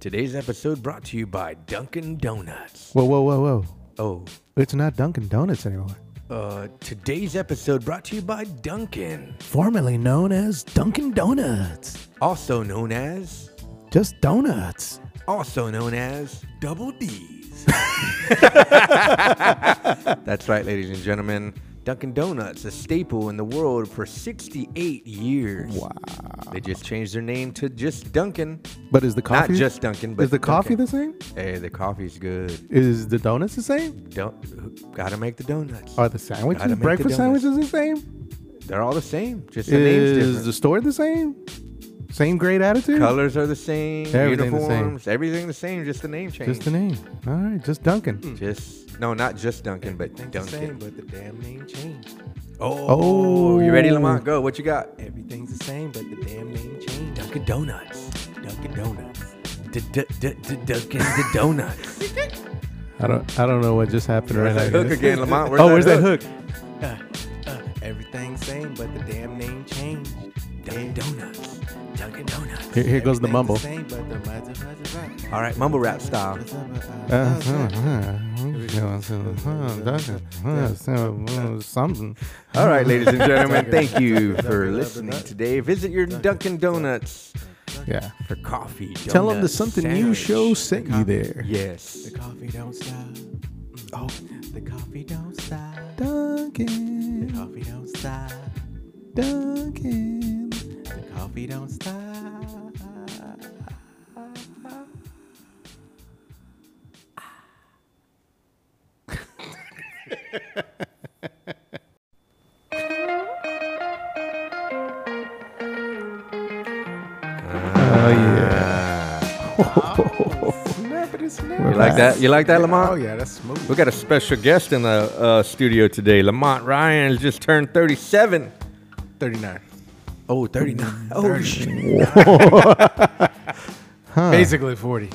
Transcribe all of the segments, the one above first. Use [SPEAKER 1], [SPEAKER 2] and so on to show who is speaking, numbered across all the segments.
[SPEAKER 1] Today's episode brought to you by Dunkin' Donuts.
[SPEAKER 2] Whoa, whoa, whoa, whoa.
[SPEAKER 1] Oh,
[SPEAKER 2] It's not Dunkin' Donuts anymore.
[SPEAKER 1] uh, today's episode brought to you by Dunkin',
[SPEAKER 2] Formerly known as Dunkin' Donuts.
[SPEAKER 1] also known as,
[SPEAKER 2] Just donuts.
[SPEAKER 1] also known as Double D's. That's right, ladies and gentlemen. Dunkin' Donuts, a staple in the world for 68 years. Wow. They just changed their name to just Dunkin'.
[SPEAKER 2] But is the coffee
[SPEAKER 1] Not just Dunkin', but
[SPEAKER 2] Is the coffee
[SPEAKER 1] Dunkin'.
[SPEAKER 2] the same?
[SPEAKER 1] Hey, the coffee's good.
[SPEAKER 2] Is the donuts the same?
[SPEAKER 1] Don't gotta make the donuts.
[SPEAKER 2] Are the
[SPEAKER 1] Gotta
[SPEAKER 2] sandwiches
[SPEAKER 1] make the
[SPEAKER 2] breakfast
[SPEAKER 1] donuts.
[SPEAKER 2] sandwiches the same?
[SPEAKER 1] They're all the same. Just the name's
[SPEAKER 2] is
[SPEAKER 1] different.
[SPEAKER 2] the store the same? Same great attitude?
[SPEAKER 1] Colors are the same.
[SPEAKER 2] Everything the same.
[SPEAKER 1] uniforms, everything the same. Just the name change.
[SPEAKER 2] Just the name. All right, just Dunkin'.
[SPEAKER 1] Just no, not just Duncan, but
[SPEAKER 3] Everything's the same,
[SPEAKER 1] Duncan.
[SPEAKER 3] but the damn name changed.
[SPEAKER 1] Oh,
[SPEAKER 2] Oh.
[SPEAKER 1] you ready, Lamont? Go. What you got?
[SPEAKER 3] Everything's the same, but the damn name changed.
[SPEAKER 1] Dunkin' Donuts.
[SPEAKER 3] Dunkin' Donuts.
[SPEAKER 1] Dunkin' the Donuts.
[SPEAKER 2] I don't I don't know what just happened right
[SPEAKER 1] Where's
[SPEAKER 2] now.
[SPEAKER 1] that hook again, Lamont?
[SPEAKER 2] oh, where's that hook?
[SPEAKER 3] Uh, uh, everything's the same, but the damn name changed.
[SPEAKER 1] Dunkin' Donuts. Dunkin' Donuts.
[SPEAKER 2] Here, here goes the
[SPEAKER 3] Everything's
[SPEAKER 2] mumble.
[SPEAKER 3] same, but the mighty, mighty, mighty.
[SPEAKER 1] All right, mumble rap style.
[SPEAKER 2] Uh, uh, uh, Something.
[SPEAKER 1] All right, ladies and gentlemen, thank you for listening today. Visit your Dunkin' Donuts
[SPEAKER 2] Yeah.
[SPEAKER 1] for coffee. Donuts,
[SPEAKER 2] Tell them the something new
[SPEAKER 1] sandwich.
[SPEAKER 2] show sent you there.
[SPEAKER 1] Yes.
[SPEAKER 3] The coffee don't stop. Oh, the coffee don't stop. The
[SPEAKER 2] Duncan,
[SPEAKER 3] coffee don't stop.
[SPEAKER 2] Duncan.
[SPEAKER 3] The coffee don't stop.
[SPEAKER 2] Oh yeah.
[SPEAKER 1] You like that? You like that, Lamont?
[SPEAKER 3] Oh yeah, that's smooth.
[SPEAKER 1] We got a special guest in the uh, studio today. Lamont Ryan has just turned 37.
[SPEAKER 3] 39.
[SPEAKER 1] Oh, 39. Oh, shit.
[SPEAKER 3] Basically 40.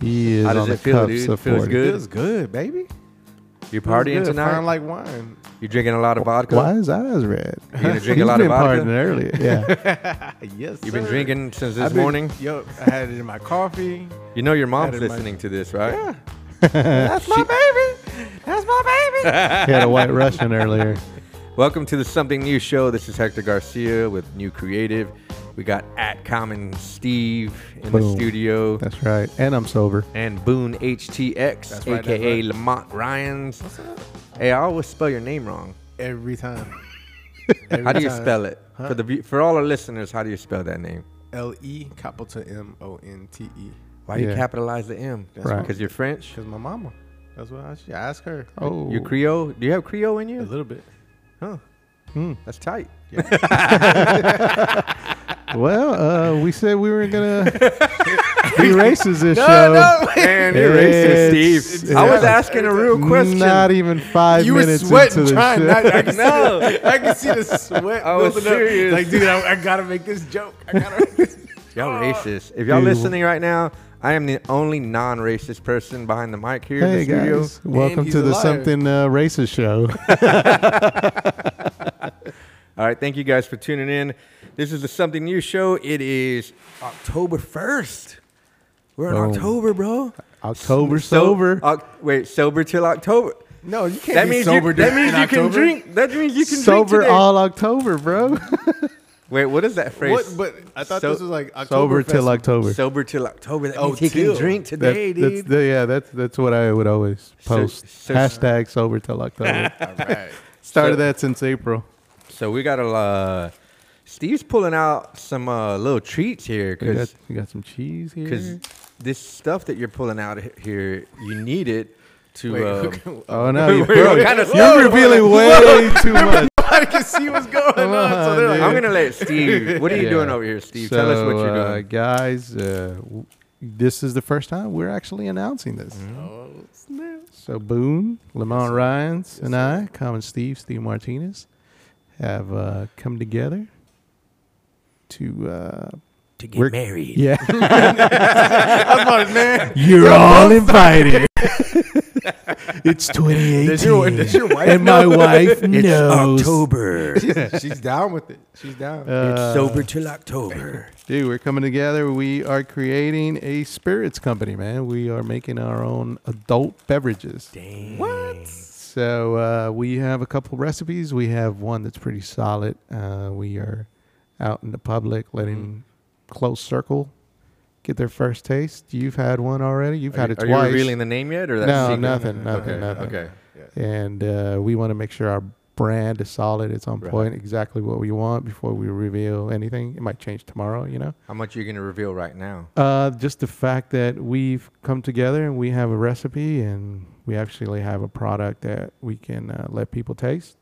[SPEAKER 2] He is
[SPEAKER 1] How does
[SPEAKER 2] on
[SPEAKER 1] it
[SPEAKER 2] the
[SPEAKER 1] feel,
[SPEAKER 2] cuffs
[SPEAKER 1] dude?
[SPEAKER 2] of
[SPEAKER 1] Feels
[SPEAKER 2] forty.
[SPEAKER 1] Good.
[SPEAKER 3] Feels good, baby.
[SPEAKER 1] You're partying
[SPEAKER 3] Feels good.
[SPEAKER 1] tonight?
[SPEAKER 3] Fine like wine.
[SPEAKER 1] You're drinking a lot of vodka?
[SPEAKER 2] Why is that as red?
[SPEAKER 1] You gonna drink a
[SPEAKER 2] He's
[SPEAKER 1] lot of
[SPEAKER 2] been
[SPEAKER 1] vodka?
[SPEAKER 2] partying earlier. Yeah.
[SPEAKER 3] Yes.
[SPEAKER 1] You've been
[SPEAKER 3] sir.
[SPEAKER 1] drinking since this
[SPEAKER 3] I've been-
[SPEAKER 1] morning?
[SPEAKER 3] Yo, I had it in my coffee.
[SPEAKER 1] You know your mom's
[SPEAKER 3] Had it in my-
[SPEAKER 1] listening to this, right? Yeah.
[SPEAKER 3] That's my baby. That's my baby.
[SPEAKER 2] he had a white Russian earlier.
[SPEAKER 1] Welcome to the Something New show. This is Hector Garcia with New Creative. We got at Common Steve in the
[SPEAKER 2] Boom.
[SPEAKER 1] studio.
[SPEAKER 2] That's right. And I'm sober.
[SPEAKER 1] and Boone HTX,
[SPEAKER 3] That's right, that's
[SPEAKER 1] aka
[SPEAKER 3] right.
[SPEAKER 1] Lamont Ryans. Hey, I always spell your name wrong.
[SPEAKER 3] Every time.
[SPEAKER 1] How do you spell it for the view- for all our listeners? How do you spell that name?
[SPEAKER 3] L E capital M O N T E.
[SPEAKER 1] Why you
[SPEAKER 2] Yeah.
[SPEAKER 1] capitalize the M?
[SPEAKER 3] That's
[SPEAKER 2] Right.
[SPEAKER 1] Because you're French.
[SPEAKER 3] Cause my mama. That's what I should ask her.
[SPEAKER 2] Oh.
[SPEAKER 1] You're Creole. Do you have Creole in
[SPEAKER 3] A
[SPEAKER 1] you?
[SPEAKER 3] little bit.
[SPEAKER 1] Huh.
[SPEAKER 2] Hmm.
[SPEAKER 1] That's tight.
[SPEAKER 2] Well, uh, we said we were gonna be racist this
[SPEAKER 1] No,
[SPEAKER 2] show.
[SPEAKER 1] no, man, you're racist,
[SPEAKER 2] It's-
[SPEAKER 1] Steve.
[SPEAKER 2] it's-
[SPEAKER 1] I was
[SPEAKER 2] yeah.
[SPEAKER 1] asking a real question.
[SPEAKER 2] Not even five
[SPEAKER 3] You were
[SPEAKER 2] minutes
[SPEAKER 3] sweating
[SPEAKER 2] into the
[SPEAKER 3] trying
[SPEAKER 2] show.
[SPEAKER 3] not. I can,
[SPEAKER 1] No.
[SPEAKER 3] see the, I can see the sweat.
[SPEAKER 1] I was
[SPEAKER 3] building up.
[SPEAKER 1] serious.
[SPEAKER 3] Like, dude, I, I gotta make this joke. I gotta.
[SPEAKER 1] Y'all racist. If y'all
[SPEAKER 2] Dude.
[SPEAKER 1] listening right now, I am the only non-racist person behind the mic here
[SPEAKER 2] Hey
[SPEAKER 1] in the studio.
[SPEAKER 2] guys, welcome
[SPEAKER 3] he's
[SPEAKER 2] to
[SPEAKER 3] a
[SPEAKER 2] the
[SPEAKER 3] liar.
[SPEAKER 2] Something uh, Racist Show.
[SPEAKER 1] All right, thank you guys for tuning in. This is the Something New show. It is October 1st. We're in
[SPEAKER 2] Boom.
[SPEAKER 1] October, bro.
[SPEAKER 2] October
[SPEAKER 1] So-
[SPEAKER 2] sober.
[SPEAKER 1] Oc- wait, sober till October.
[SPEAKER 3] No, you can't
[SPEAKER 1] That
[SPEAKER 3] be
[SPEAKER 1] means
[SPEAKER 3] sober.
[SPEAKER 1] you,
[SPEAKER 3] during-
[SPEAKER 1] that means
[SPEAKER 3] in
[SPEAKER 1] you can
[SPEAKER 3] October.
[SPEAKER 1] drink. That means you can drink
[SPEAKER 2] sober
[SPEAKER 1] today.
[SPEAKER 2] all October, bro.
[SPEAKER 1] Wait, what is that phrase?
[SPEAKER 3] What? But I thought
[SPEAKER 1] So-
[SPEAKER 3] this was like October
[SPEAKER 2] sober till
[SPEAKER 3] Fest.
[SPEAKER 2] October.
[SPEAKER 1] sober till October. That
[SPEAKER 3] Oh,
[SPEAKER 1] means he can
[SPEAKER 3] till.
[SPEAKER 1] drink
[SPEAKER 2] That-
[SPEAKER 1] today,
[SPEAKER 2] that's
[SPEAKER 1] dude.
[SPEAKER 2] the- yeah, that's that's what I would always
[SPEAKER 1] So-
[SPEAKER 2] post.
[SPEAKER 1] so-
[SPEAKER 2] Hashtag sober till October.
[SPEAKER 3] All right.
[SPEAKER 2] Started
[SPEAKER 1] So-
[SPEAKER 2] that since April.
[SPEAKER 1] so we got a. Uh, Steve's pulling out some uh, little treats here
[SPEAKER 2] We got,
[SPEAKER 1] because
[SPEAKER 2] we got some cheese here.
[SPEAKER 1] this stuff that you're pulling out h- here, you need it to.
[SPEAKER 3] Wait,
[SPEAKER 1] um,
[SPEAKER 2] oh no, you,
[SPEAKER 1] wait,
[SPEAKER 2] bro,
[SPEAKER 1] wait, kinda slow.
[SPEAKER 2] you're revealing way too much.
[SPEAKER 3] I can see what's going on. so they're like,
[SPEAKER 1] I'm gonna let Steve. What are you
[SPEAKER 2] Yeah.
[SPEAKER 1] doing over here, Steve? Tell us what
[SPEAKER 2] So,
[SPEAKER 1] you're
[SPEAKER 2] uh,
[SPEAKER 1] doing.
[SPEAKER 2] guys. Uh, w- this is the first time we're actually announcing this.
[SPEAKER 3] Oh,
[SPEAKER 1] Mm-hmm.
[SPEAKER 3] snap.
[SPEAKER 2] So Boone, Lamont Ryans, and I, Common Steve, Steve Martinez, have uh, come together to. Uh,
[SPEAKER 1] to
[SPEAKER 2] we're-
[SPEAKER 1] married.
[SPEAKER 2] yeah,
[SPEAKER 3] I was like, man.
[SPEAKER 2] you're all invited. It's 2018.
[SPEAKER 1] Does your- does your wife
[SPEAKER 2] and my wife
[SPEAKER 1] It's
[SPEAKER 2] knows.
[SPEAKER 1] October. it's
[SPEAKER 3] She's down with it. She's down.
[SPEAKER 1] sober till October.
[SPEAKER 2] Uh, Dude, we're coming together. We are creating a spirits company, man. We are making our own adult beverages.
[SPEAKER 1] Dang. What?
[SPEAKER 2] So uh, we have a couple recipes. We have one that's pretty solid. Uh, we are out in the public letting
[SPEAKER 1] Mm-hmm.
[SPEAKER 2] close circle get their first taste. You've had one already. You've had
[SPEAKER 1] are,
[SPEAKER 2] it
[SPEAKER 1] you- are
[SPEAKER 2] twice.
[SPEAKER 1] you revealing the name yet, or that's
[SPEAKER 2] No,
[SPEAKER 1] secret?
[SPEAKER 2] nothing, nothing,
[SPEAKER 1] okay,
[SPEAKER 2] nothing.
[SPEAKER 1] Okay.
[SPEAKER 2] and uh, we want to make sure our brand is solid. It's on
[SPEAKER 1] Right.
[SPEAKER 2] point, exactly what we want before we reveal anything. It might change tomorrow, you know.
[SPEAKER 1] How much are you going to reveal right now?
[SPEAKER 2] Uh, just the fact that we've come together and we have a recipe and we actually have a product that we can uh, let people taste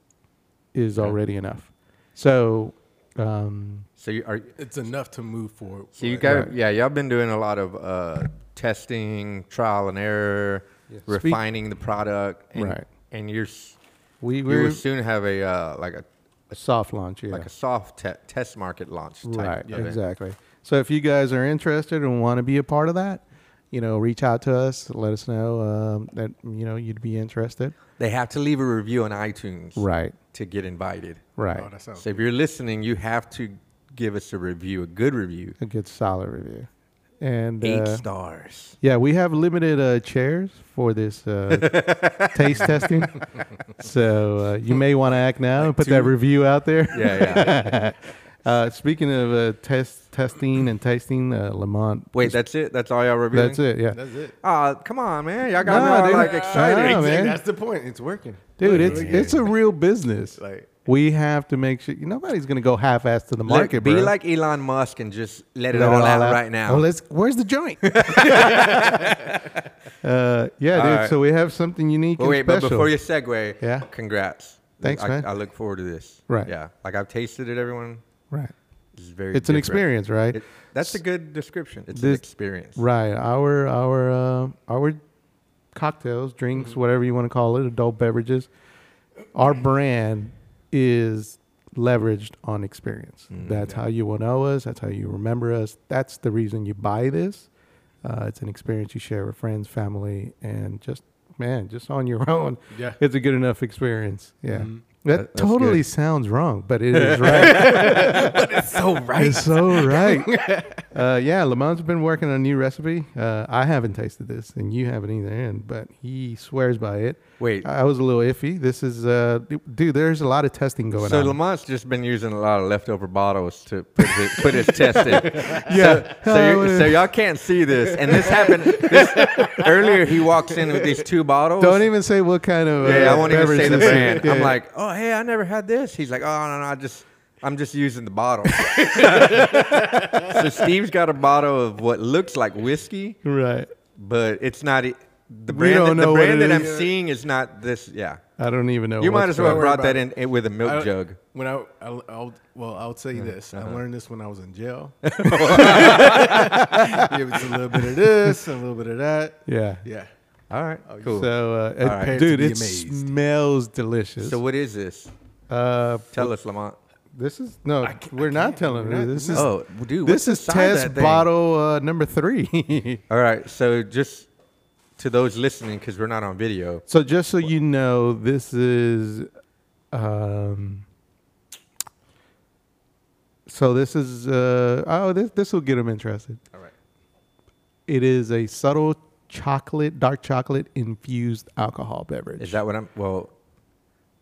[SPEAKER 2] is
[SPEAKER 1] Okay.
[SPEAKER 2] already enough. So, um,
[SPEAKER 1] So you are.
[SPEAKER 4] It's enough to move forward.
[SPEAKER 1] So you
[SPEAKER 4] Right.
[SPEAKER 1] got.
[SPEAKER 2] Right.
[SPEAKER 1] Yeah, y'all been doing a lot of uh, testing, trial and error, refining the product. And,
[SPEAKER 2] Right.
[SPEAKER 1] And you're. s-
[SPEAKER 2] we
[SPEAKER 1] You will
[SPEAKER 2] were
[SPEAKER 1] soon have a uh, like a
[SPEAKER 2] a soft launch, yeah.
[SPEAKER 1] like a soft te- test market launch. Type
[SPEAKER 2] right,
[SPEAKER 1] event.
[SPEAKER 2] exactly. So, if you guys are interested and want to be a part of that, you know, reach out to us. Let us know um, that you know you'd be interested.
[SPEAKER 1] They have to leave a review on iTunes
[SPEAKER 2] Right,
[SPEAKER 1] to get invited.
[SPEAKER 2] right.
[SPEAKER 4] Oh, that sounds
[SPEAKER 1] So if you're listening, you have to give us a review, a good review,
[SPEAKER 2] a good solid review, and
[SPEAKER 1] eight
[SPEAKER 2] uh,
[SPEAKER 1] stars.
[SPEAKER 2] Yeah, we have limited uh, chairs for this uh, taste testing. So uh, you may want to act now and put that review out there.
[SPEAKER 1] Yeah, yeah.
[SPEAKER 2] Uh, speaking of uh, test testing and tasting, uh, Lamont.
[SPEAKER 1] Wait, that's it. That's all y'all reviewing.
[SPEAKER 2] that's it. Yeah,
[SPEAKER 4] That's it.
[SPEAKER 1] Ah, come on, man. Y'all got
[SPEAKER 2] Nah,
[SPEAKER 1] me all,
[SPEAKER 2] dude.
[SPEAKER 1] like excited.
[SPEAKER 2] Nah, man.
[SPEAKER 4] That's the point. It's working.
[SPEAKER 2] dude, it's it's a real business.
[SPEAKER 4] Like-
[SPEAKER 2] we have to make sure nobody's gonna go half-assed to the
[SPEAKER 1] Let-
[SPEAKER 2] market,
[SPEAKER 1] be
[SPEAKER 2] bro.
[SPEAKER 1] like Elon Musk and just let it
[SPEAKER 2] Let
[SPEAKER 1] all,
[SPEAKER 2] all
[SPEAKER 1] out,
[SPEAKER 2] out.
[SPEAKER 1] right now.
[SPEAKER 2] Oh, let's. Where's the joint? uh, yeah,
[SPEAKER 1] All
[SPEAKER 2] dude.
[SPEAKER 1] right.
[SPEAKER 2] So we have something unique
[SPEAKER 1] But
[SPEAKER 2] and
[SPEAKER 1] wait, but
[SPEAKER 2] special.
[SPEAKER 1] before you segue,
[SPEAKER 2] Yeah.
[SPEAKER 1] congrats.
[SPEAKER 2] Thanks,
[SPEAKER 1] I,
[SPEAKER 2] man.
[SPEAKER 1] I look forward to this.
[SPEAKER 2] Right.
[SPEAKER 1] Yeah. Like I've tasted it. Everyone,
[SPEAKER 2] right.
[SPEAKER 1] it's very.
[SPEAKER 2] It's an
[SPEAKER 1] different.
[SPEAKER 2] experience, right?
[SPEAKER 1] It- that's a good description. It's an
[SPEAKER 2] This-
[SPEAKER 1] experience.
[SPEAKER 2] Right. Our our uh, our cocktails, drinks, whatever you want to call it, adult beverages. Our brand is leveraged on experience. that's how you will know us. That's how you remember us. That's the reason you buy this. Uh, it's an experience you share with friends, family, and just man, just on your own.
[SPEAKER 4] Yeah.
[SPEAKER 2] It's a good enough experience. Yeah. That,
[SPEAKER 1] That- that's
[SPEAKER 2] totally
[SPEAKER 1] good.
[SPEAKER 2] sounds wrong, but it is right.
[SPEAKER 4] so right.
[SPEAKER 2] It's so right. uh, yeah, Lamont's been working on a new recipe. Uh, I haven't tasted this, and you haven't either, and but he swears by it.
[SPEAKER 1] Wait.
[SPEAKER 2] I I was a little iffy. This is, uh, d- dude. There's a lot of testing going
[SPEAKER 1] So
[SPEAKER 2] on.
[SPEAKER 1] Lamont's just been using a lot of leftover bottles to put his, put his test in.
[SPEAKER 2] yeah.
[SPEAKER 1] So, you so y'all can't see this, and this happened this, earlier. He walks in with these two bottles.
[SPEAKER 2] don't even say what kind of.
[SPEAKER 1] Yeah,
[SPEAKER 2] uh,
[SPEAKER 1] I won't even
[SPEAKER 2] beverage
[SPEAKER 1] say the
[SPEAKER 2] this is.
[SPEAKER 1] brand. I'm
[SPEAKER 2] Yeah.
[SPEAKER 1] like, oh hey, I never had this. He's like, oh no, no, I just I'm just using the bottle. so Steve's got a bottle of what looks like whiskey,
[SPEAKER 2] right.
[SPEAKER 1] but it's not. e- The
[SPEAKER 2] We
[SPEAKER 1] brand,
[SPEAKER 2] don't
[SPEAKER 1] that, the
[SPEAKER 2] know what
[SPEAKER 1] brand
[SPEAKER 2] it
[SPEAKER 1] that I'm
[SPEAKER 2] is.
[SPEAKER 1] seeing is not this. Yeah,
[SPEAKER 2] I don't even know.
[SPEAKER 1] you might as
[SPEAKER 2] what's
[SPEAKER 1] well have
[SPEAKER 2] going-
[SPEAKER 4] going on.
[SPEAKER 1] brought that in, in with a milk
[SPEAKER 4] I-
[SPEAKER 1] jug. Mm-hmm. Uh-huh.
[SPEAKER 4] When I, I, will well, I'll say this. I learned this when I was in jail. it was a little bit of this, a little bit of that.
[SPEAKER 2] Yeah.
[SPEAKER 4] Yeah.
[SPEAKER 1] All right, cool. So,
[SPEAKER 2] So, uh, it-
[SPEAKER 1] right.
[SPEAKER 2] dude,
[SPEAKER 4] To be
[SPEAKER 2] it
[SPEAKER 4] amazed.
[SPEAKER 2] smells delicious.
[SPEAKER 1] what is this?
[SPEAKER 2] uh,
[SPEAKER 1] Tell us, Lamont.
[SPEAKER 2] this is no. We're not telling
[SPEAKER 4] We're
[SPEAKER 2] you.
[SPEAKER 4] not-
[SPEAKER 2] This is
[SPEAKER 1] Oh, dude, what's
[SPEAKER 2] this is
[SPEAKER 1] inside that
[SPEAKER 2] test
[SPEAKER 1] thing?
[SPEAKER 2] bottle uh, number three.
[SPEAKER 1] All right, so just to those listening, because we're not on video,
[SPEAKER 2] so just so you know, this is. Um, so this is uh, oh this this will get them interested.
[SPEAKER 1] All right.
[SPEAKER 2] It is a subtle chocolate, dark chocolate infused alcohol beverage.
[SPEAKER 1] is that what I'm? Well,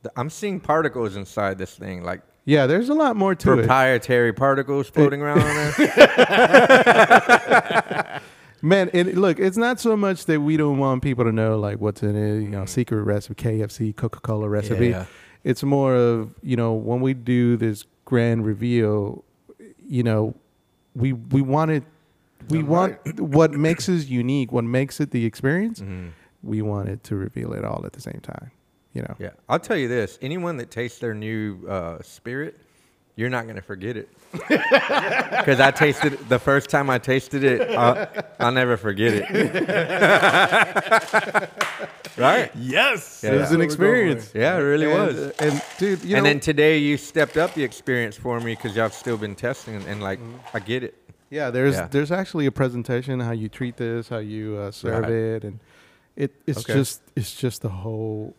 [SPEAKER 1] the, I'm seeing particles inside this thing, like
[SPEAKER 2] yeah, there's a lot more to it.
[SPEAKER 1] proprietary particles floating around on there.
[SPEAKER 2] Man, and look, it's not so much that we don't want people to know like what's in it, you know, secret recipe, KFC, Coca Cola recipe.
[SPEAKER 1] Mm. yeah.
[SPEAKER 2] It's more of you know when we do this grand reveal, you know, we we want it, we want what makes us unique, what makes it the experience.
[SPEAKER 1] Mm-hmm.
[SPEAKER 2] We want it to reveal it all at the same time, you know.
[SPEAKER 1] Yeah, I'll tell you this: anyone that tastes their new uh, spirit, you're not gonna forget it. Because I tasted the first time I tasted it, I'll, I'll never forget it. right?
[SPEAKER 4] Yes.
[SPEAKER 1] Yeah. It was
[SPEAKER 2] an experience.
[SPEAKER 1] Yeah, it really
[SPEAKER 2] and, uh,
[SPEAKER 1] was.
[SPEAKER 2] and dude, you
[SPEAKER 1] and
[SPEAKER 2] know,
[SPEAKER 1] then today you stepped up the experience for me because y'all still been testing and, and like
[SPEAKER 2] Mm-hmm.
[SPEAKER 1] I get it.
[SPEAKER 2] Yeah, there's
[SPEAKER 1] Yeah.
[SPEAKER 2] there's actually a presentation how you treat this, how you uh, serve
[SPEAKER 1] Right.
[SPEAKER 2] it, and It it's
[SPEAKER 1] Okay.
[SPEAKER 2] just it's just the whole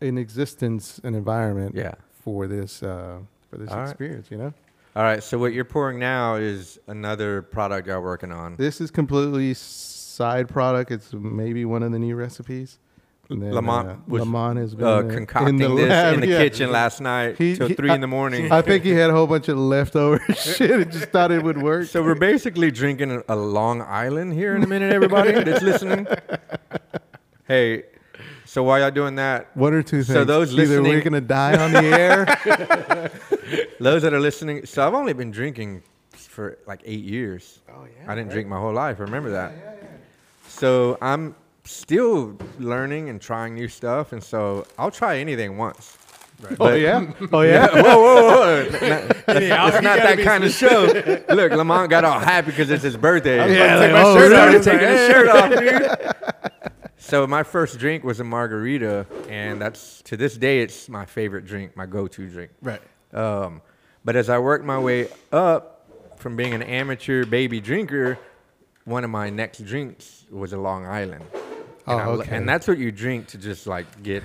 [SPEAKER 2] in existence and environment
[SPEAKER 1] Yeah.
[SPEAKER 2] for this uh, for this
[SPEAKER 1] All right.
[SPEAKER 2] experience, you know?
[SPEAKER 1] All right. So what you're pouring now is another product y'all working on.
[SPEAKER 2] This is completely side product. It's maybe one of the new recipes. And then,
[SPEAKER 1] Lamont
[SPEAKER 2] uh,
[SPEAKER 1] was,
[SPEAKER 2] Lamont has been
[SPEAKER 1] Uh,
[SPEAKER 2] in the
[SPEAKER 1] concocting this
[SPEAKER 2] lab,
[SPEAKER 1] in the
[SPEAKER 2] yeah.
[SPEAKER 1] kitchen last night
[SPEAKER 2] He-
[SPEAKER 1] till
[SPEAKER 2] he-
[SPEAKER 1] three
[SPEAKER 2] I-
[SPEAKER 1] in the morning.
[SPEAKER 2] I think he had a whole bunch of leftover shit and just thought it would work.
[SPEAKER 1] So we're basically drinking a- a Long Island here in a minute, everybody that's listening. Hey, so while y'all doing that,
[SPEAKER 2] one or two things.
[SPEAKER 1] So those
[SPEAKER 2] either we're
[SPEAKER 1] listening-
[SPEAKER 2] gonna die on the air.
[SPEAKER 1] those that are listening, so I've only been drinking for like eight years. Oh yeah, I didn't drink my whole life. Remember that. So I'm still learning and trying new stuff, and so I'll try anything once.
[SPEAKER 2] oh
[SPEAKER 1] But-
[SPEAKER 2] yeah, oh yeah.
[SPEAKER 1] whoa, whoa, whoa! Not- It's
[SPEAKER 4] you
[SPEAKER 1] not
[SPEAKER 4] gotta
[SPEAKER 1] that
[SPEAKER 4] be
[SPEAKER 1] kind of show. Look, Lamont got all happy because it's his birthday.
[SPEAKER 4] Yeah,
[SPEAKER 2] like,
[SPEAKER 4] take my
[SPEAKER 2] oh,
[SPEAKER 4] shirt
[SPEAKER 2] really?
[SPEAKER 4] off.
[SPEAKER 1] started
[SPEAKER 4] It's like,
[SPEAKER 1] taking his
[SPEAKER 4] eh.
[SPEAKER 1] shirt off, dude. So my first drink was a margarita, and that's to this day it's my favorite drink, my go-to drink.
[SPEAKER 4] Right.
[SPEAKER 1] Um, but as I worked my way up from being an amateur baby drinker, one of my next drinks was a Long Island. And,
[SPEAKER 2] Oh,
[SPEAKER 1] I lo-
[SPEAKER 2] okay.
[SPEAKER 1] and that's what you drink to just like get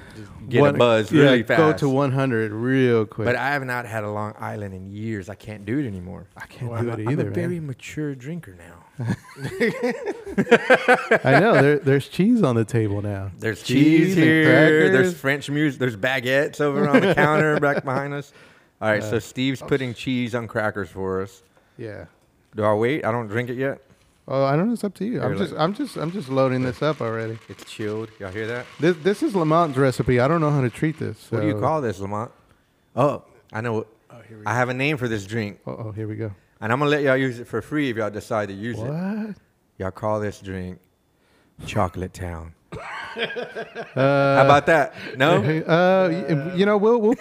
[SPEAKER 1] get
[SPEAKER 2] One-
[SPEAKER 1] a buzz
[SPEAKER 2] yeah,
[SPEAKER 1] really fast.
[SPEAKER 2] Go to 100 real quick.
[SPEAKER 1] But I have not had a Long Island in years. I can't do it anymore.
[SPEAKER 2] I can't
[SPEAKER 4] Well,
[SPEAKER 2] do
[SPEAKER 4] I'm
[SPEAKER 2] it
[SPEAKER 1] I'm
[SPEAKER 2] either.
[SPEAKER 1] a
[SPEAKER 2] man.
[SPEAKER 1] very mature drinker now.
[SPEAKER 2] I know there, there's cheese on the table now.
[SPEAKER 1] There's
[SPEAKER 2] Cheese
[SPEAKER 1] cheese,
[SPEAKER 2] and
[SPEAKER 1] here. There's
[SPEAKER 2] crackers.
[SPEAKER 1] French music. There's baguettes over on the counter back behind us. All right, so Steve's
[SPEAKER 2] Oh,
[SPEAKER 1] putting cheese on crackers for us.
[SPEAKER 2] Yeah.
[SPEAKER 1] Do I wait? I don't drink it yet.
[SPEAKER 2] Oh, I don't know. It's up to you. I'm
[SPEAKER 1] Here,
[SPEAKER 2] just, I'm just, I'm just loading this up already.
[SPEAKER 1] It's chilled. Y'all hear that?
[SPEAKER 2] This, this is Lamont's recipe. I don't know how to treat this.
[SPEAKER 1] What do you
[SPEAKER 2] so-
[SPEAKER 1] call this, Lamont? Oh, I know. what-
[SPEAKER 4] Oh, here we
[SPEAKER 1] I have a name for this drink,
[SPEAKER 2] Uh-oh, here we go.
[SPEAKER 1] and I'm gonna let y'all use it for free if y'all decide to use it.
[SPEAKER 2] What?
[SPEAKER 1] Y'all call this drink Chocolate Town.
[SPEAKER 2] Uh,
[SPEAKER 1] How about that? No.
[SPEAKER 2] Uh, y- you know, we'll we'll,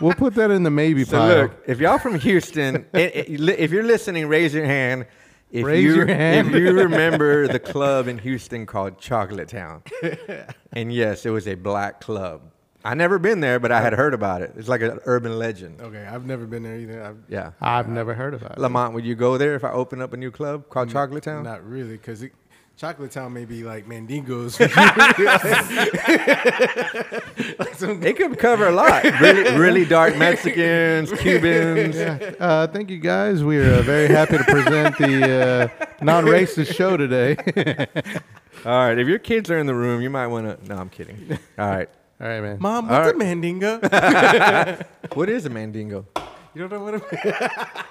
[SPEAKER 2] we'll put that in the maybe
[SPEAKER 1] So
[SPEAKER 2] pile.
[SPEAKER 1] look, if y'all from Houston, i- i- li- if you're listening, raise your hand. If
[SPEAKER 2] Raise
[SPEAKER 1] you,
[SPEAKER 2] your hand.
[SPEAKER 1] If you remember the club in Houston called Chocolate Town, and yes, it was a black club. I never been there, but I had heard about it. It's like an urban
[SPEAKER 2] Oh.
[SPEAKER 1] legend.
[SPEAKER 4] Okay, I've never been there either. I've,
[SPEAKER 1] Yeah,
[SPEAKER 2] I've never heard of it.
[SPEAKER 1] Lamont, would you go there if I open up a new club called Chocolate Town?
[SPEAKER 4] Not really, because Chocolate Town may be like Mandingo's. for you. Like some-
[SPEAKER 1] It could cover a lot. Really, really dark Mexicans, Cubans.
[SPEAKER 2] Uh, thank you guys. We are uh, very happy to present the uh, non-racist show today.
[SPEAKER 1] All right, if your kids are in the room, you might want to. No, I'm kidding. All right,
[SPEAKER 2] All right, man.
[SPEAKER 4] Mom,
[SPEAKER 1] All
[SPEAKER 4] what's
[SPEAKER 1] right.
[SPEAKER 4] a Mandingo?
[SPEAKER 1] what is a mandingo?
[SPEAKER 4] you don't know what a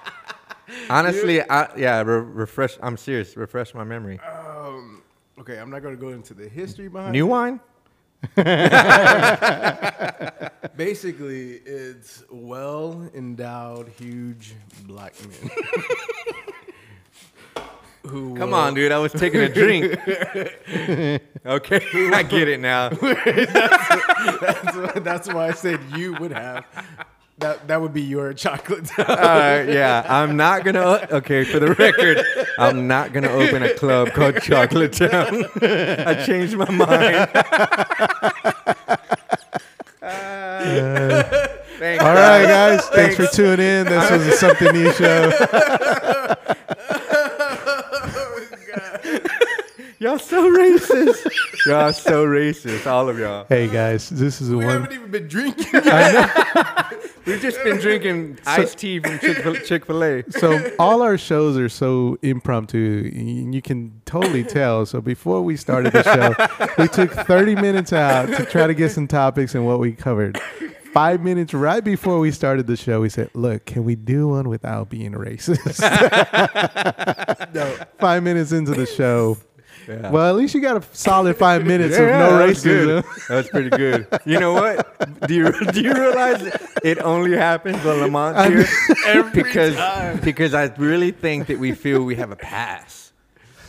[SPEAKER 1] Honestly, I, yeah, re- refresh. I'm serious. Refresh my memory.
[SPEAKER 4] um, Okay, I'm not going to go into the history behind
[SPEAKER 1] New
[SPEAKER 4] it.
[SPEAKER 1] wine?
[SPEAKER 4] Basically, it's well endowed, huge black men. who
[SPEAKER 1] Come
[SPEAKER 4] were-
[SPEAKER 1] on, dude. I was taking a drink. okay, I get it now.
[SPEAKER 4] That's, why- that's why I said you would have. That, that would be your chocolate town.
[SPEAKER 1] Uh, yeah, I'm not gonna. Okay, for the record, I'm not gonna open a club called Chocolate Town. I changed my mind. Thanks.
[SPEAKER 2] All right, guys. Thanks for tuning in. This was a something new show.
[SPEAKER 1] Y'all so racist. y'all so racist, all of y'all.
[SPEAKER 2] Hey guys, this is the
[SPEAKER 4] We
[SPEAKER 2] one.
[SPEAKER 4] haven't even been drinking.
[SPEAKER 1] We've just been drinking iced tea from Chick Fil A.
[SPEAKER 2] So all our shows are so impromptu, and you can totally tell. So before we started the show, we took 30 minutes out to try to get some topics and what we covered. Five minutes right before we started the show, we said, "Look, can we do one without being racist?"
[SPEAKER 4] No.
[SPEAKER 2] Five minutes into the show,
[SPEAKER 1] Yeah.
[SPEAKER 2] well, at least you got a solid five minutes
[SPEAKER 1] Yeah,
[SPEAKER 2] of no
[SPEAKER 1] that was
[SPEAKER 2] racism.
[SPEAKER 1] good. That was pretty good. You know what? Do you do you realize it only happens on Lamont here because because I really think that we feel we have a pass.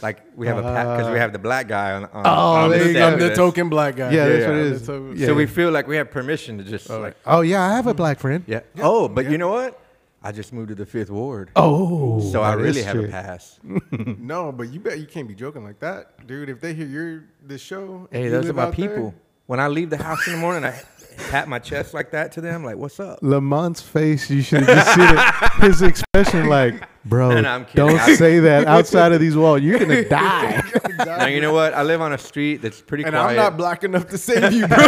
[SPEAKER 1] Like we have a pass because we have the black guy on. on
[SPEAKER 2] Uh. Oh,
[SPEAKER 1] on
[SPEAKER 2] there
[SPEAKER 1] the
[SPEAKER 2] you
[SPEAKER 1] set
[SPEAKER 2] go.
[SPEAKER 4] I'm
[SPEAKER 1] with
[SPEAKER 4] the
[SPEAKER 1] us.
[SPEAKER 4] token black guy.
[SPEAKER 2] Yeah,
[SPEAKER 1] Yeah,
[SPEAKER 2] that's
[SPEAKER 1] yeah.
[SPEAKER 2] what it
[SPEAKER 4] That's how-
[SPEAKER 2] is. Yeah.
[SPEAKER 1] So we feel like we have permission to just like
[SPEAKER 2] oh yeah, I have a black friend.
[SPEAKER 1] Hmm. yeah. Oh, but you know what? I just moved to the fifth ward.
[SPEAKER 2] Oh,
[SPEAKER 1] So I
[SPEAKER 2] that
[SPEAKER 1] really
[SPEAKER 2] is
[SPEAKER 1] have a
[SPEAKER 2] true. Mm.
[SPEAKER 1] pass.
[SPEAKER 4] No, but you bet you can't be joking like that, dude. If they hear your the show, if
[SPEAKER 1] Hey,
[SPEAKER 4] you
[SPEAKER 1] those are
[SPEAKER 4] live
[SPEAKER 1] my
[SPEAKER 4] out there,
[SPEAKER 1] people. when I leave the house in the morning, I pat my chest like that to them, like, "What's up?"
[SPEAKER 2] Lamont's face, you should have just seen it. His expression, like, bro,
[SPEAKER 1] No, no, I'm kidding.
[SPEAKER 2] don't
[SPEAKER 1] I-
[SPEAKER 2] say that outside of these walls. You're gonna die.
[SPEAKER 1] Now you know what? I live on a street that's pretty
[SPEAKER 4] and
[SPEAKER 1] quiet.
[SPEAKER 4] I'm not black enough to save you, bro.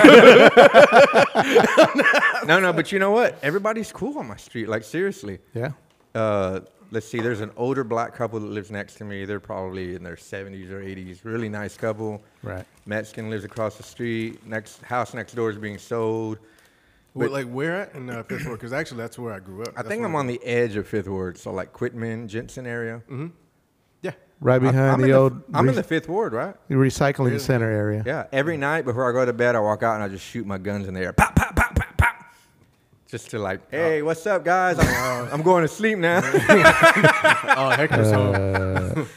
[SPEAKER 1] no, no, but you know what? Everybody's cool on my street. Like seriously.
[SPEAKER 2] yeah.
[SPEAKER 1] Uh, let's see. There's an older black couple that lives next to me. They're probably in their 70s or 80s. Really nice couple.
[SPEAKER 2] Right.
[SPEAKER 1] Mexican lives across the street. Next house next door is being sold.
[SPEAKER 4] Well, like where at in uh, Fifth Ward? Because actually, that's where I grew up.
[SPEAKER 1] I think I'm on the edge of Fifth Ward, so like Quitman, Jensen area.
[SPEAKER 4] Yeah.
[SPEAKER 2] Right
[SPEAKER 1] I-
[SPEAKER 2] behind
[SPEAKER 1] I'm
[SPEAKER 2] the
[SPEAKER 1] in
[SPEAKER 2] old
[SPEAKER 1] I'm in
[SPEAKER 2] re-
[SPEAKER 1] the Fifth Ward, right?
[SPEAKER 2] recycling center area.
[SPEAKER 1] Yeah. Every night before I go to bed, I walk out and I just shoot my guns in the air. Pop, pop, pop, pop, pop. Just to like, hey, what's up, guys? I'm, uh, I'm going to sleep now.
[SPEAKER 4] Oh, Hector's home.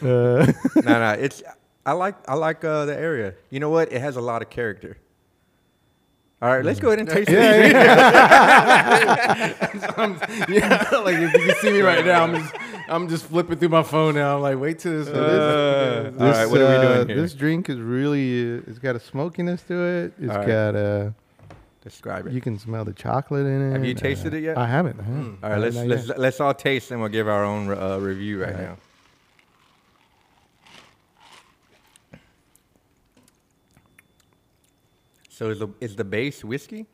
[SPEAKER 2] Uh,
[SPEAKER 1] no, no, it's I like I like uh, the area. You know what? It has a lot of character. All right, let's go ahead and taste
[SPEAKER 2] yeah,
[SPEAKER 1] it.
[SPEAKER 2] yeah.
[SPEAKER 4] I'm- yeah, like if you can see me right now, I'm just, I'm just flipping through my phone now. I'm like, wait till this.
[SPEAKER 1] Uh,
[SPEAKER 4] this-
[SPEAKER 1] all right, what are we
[SPEAKER 2] uh,
[SPEAKER 1] doing here?
[SPEAKER 2] This drink is really, uh, it's got a smokiness to it. It's
[SPEAKER 1] All right.
[SPEAKER 2] got a,
[SPEAKER 1] Describe it.
[SPEAKER 2] you can smell the chocolate in it.
[SPEAKER 1] Have you
[SPEAKER 2] Uh,
[SPEAKER 1] tasted it yet? Hmm.
[SPEAKER 2] I haven't. I haven't.
[SPEAKER 1] all right,
[SPEAKER 2] Uh,
[SPEAKER 1] let's
[SPEAKER 2] not
[SPEAKER 1] let's,
[SPEAKER 2] yet.
[SPEAKER 1] let's all taste and we'll give our own uh, review right,
[SPEAKER 2] All right.
[SPEAKER 1] now. So is the is the base whiskey?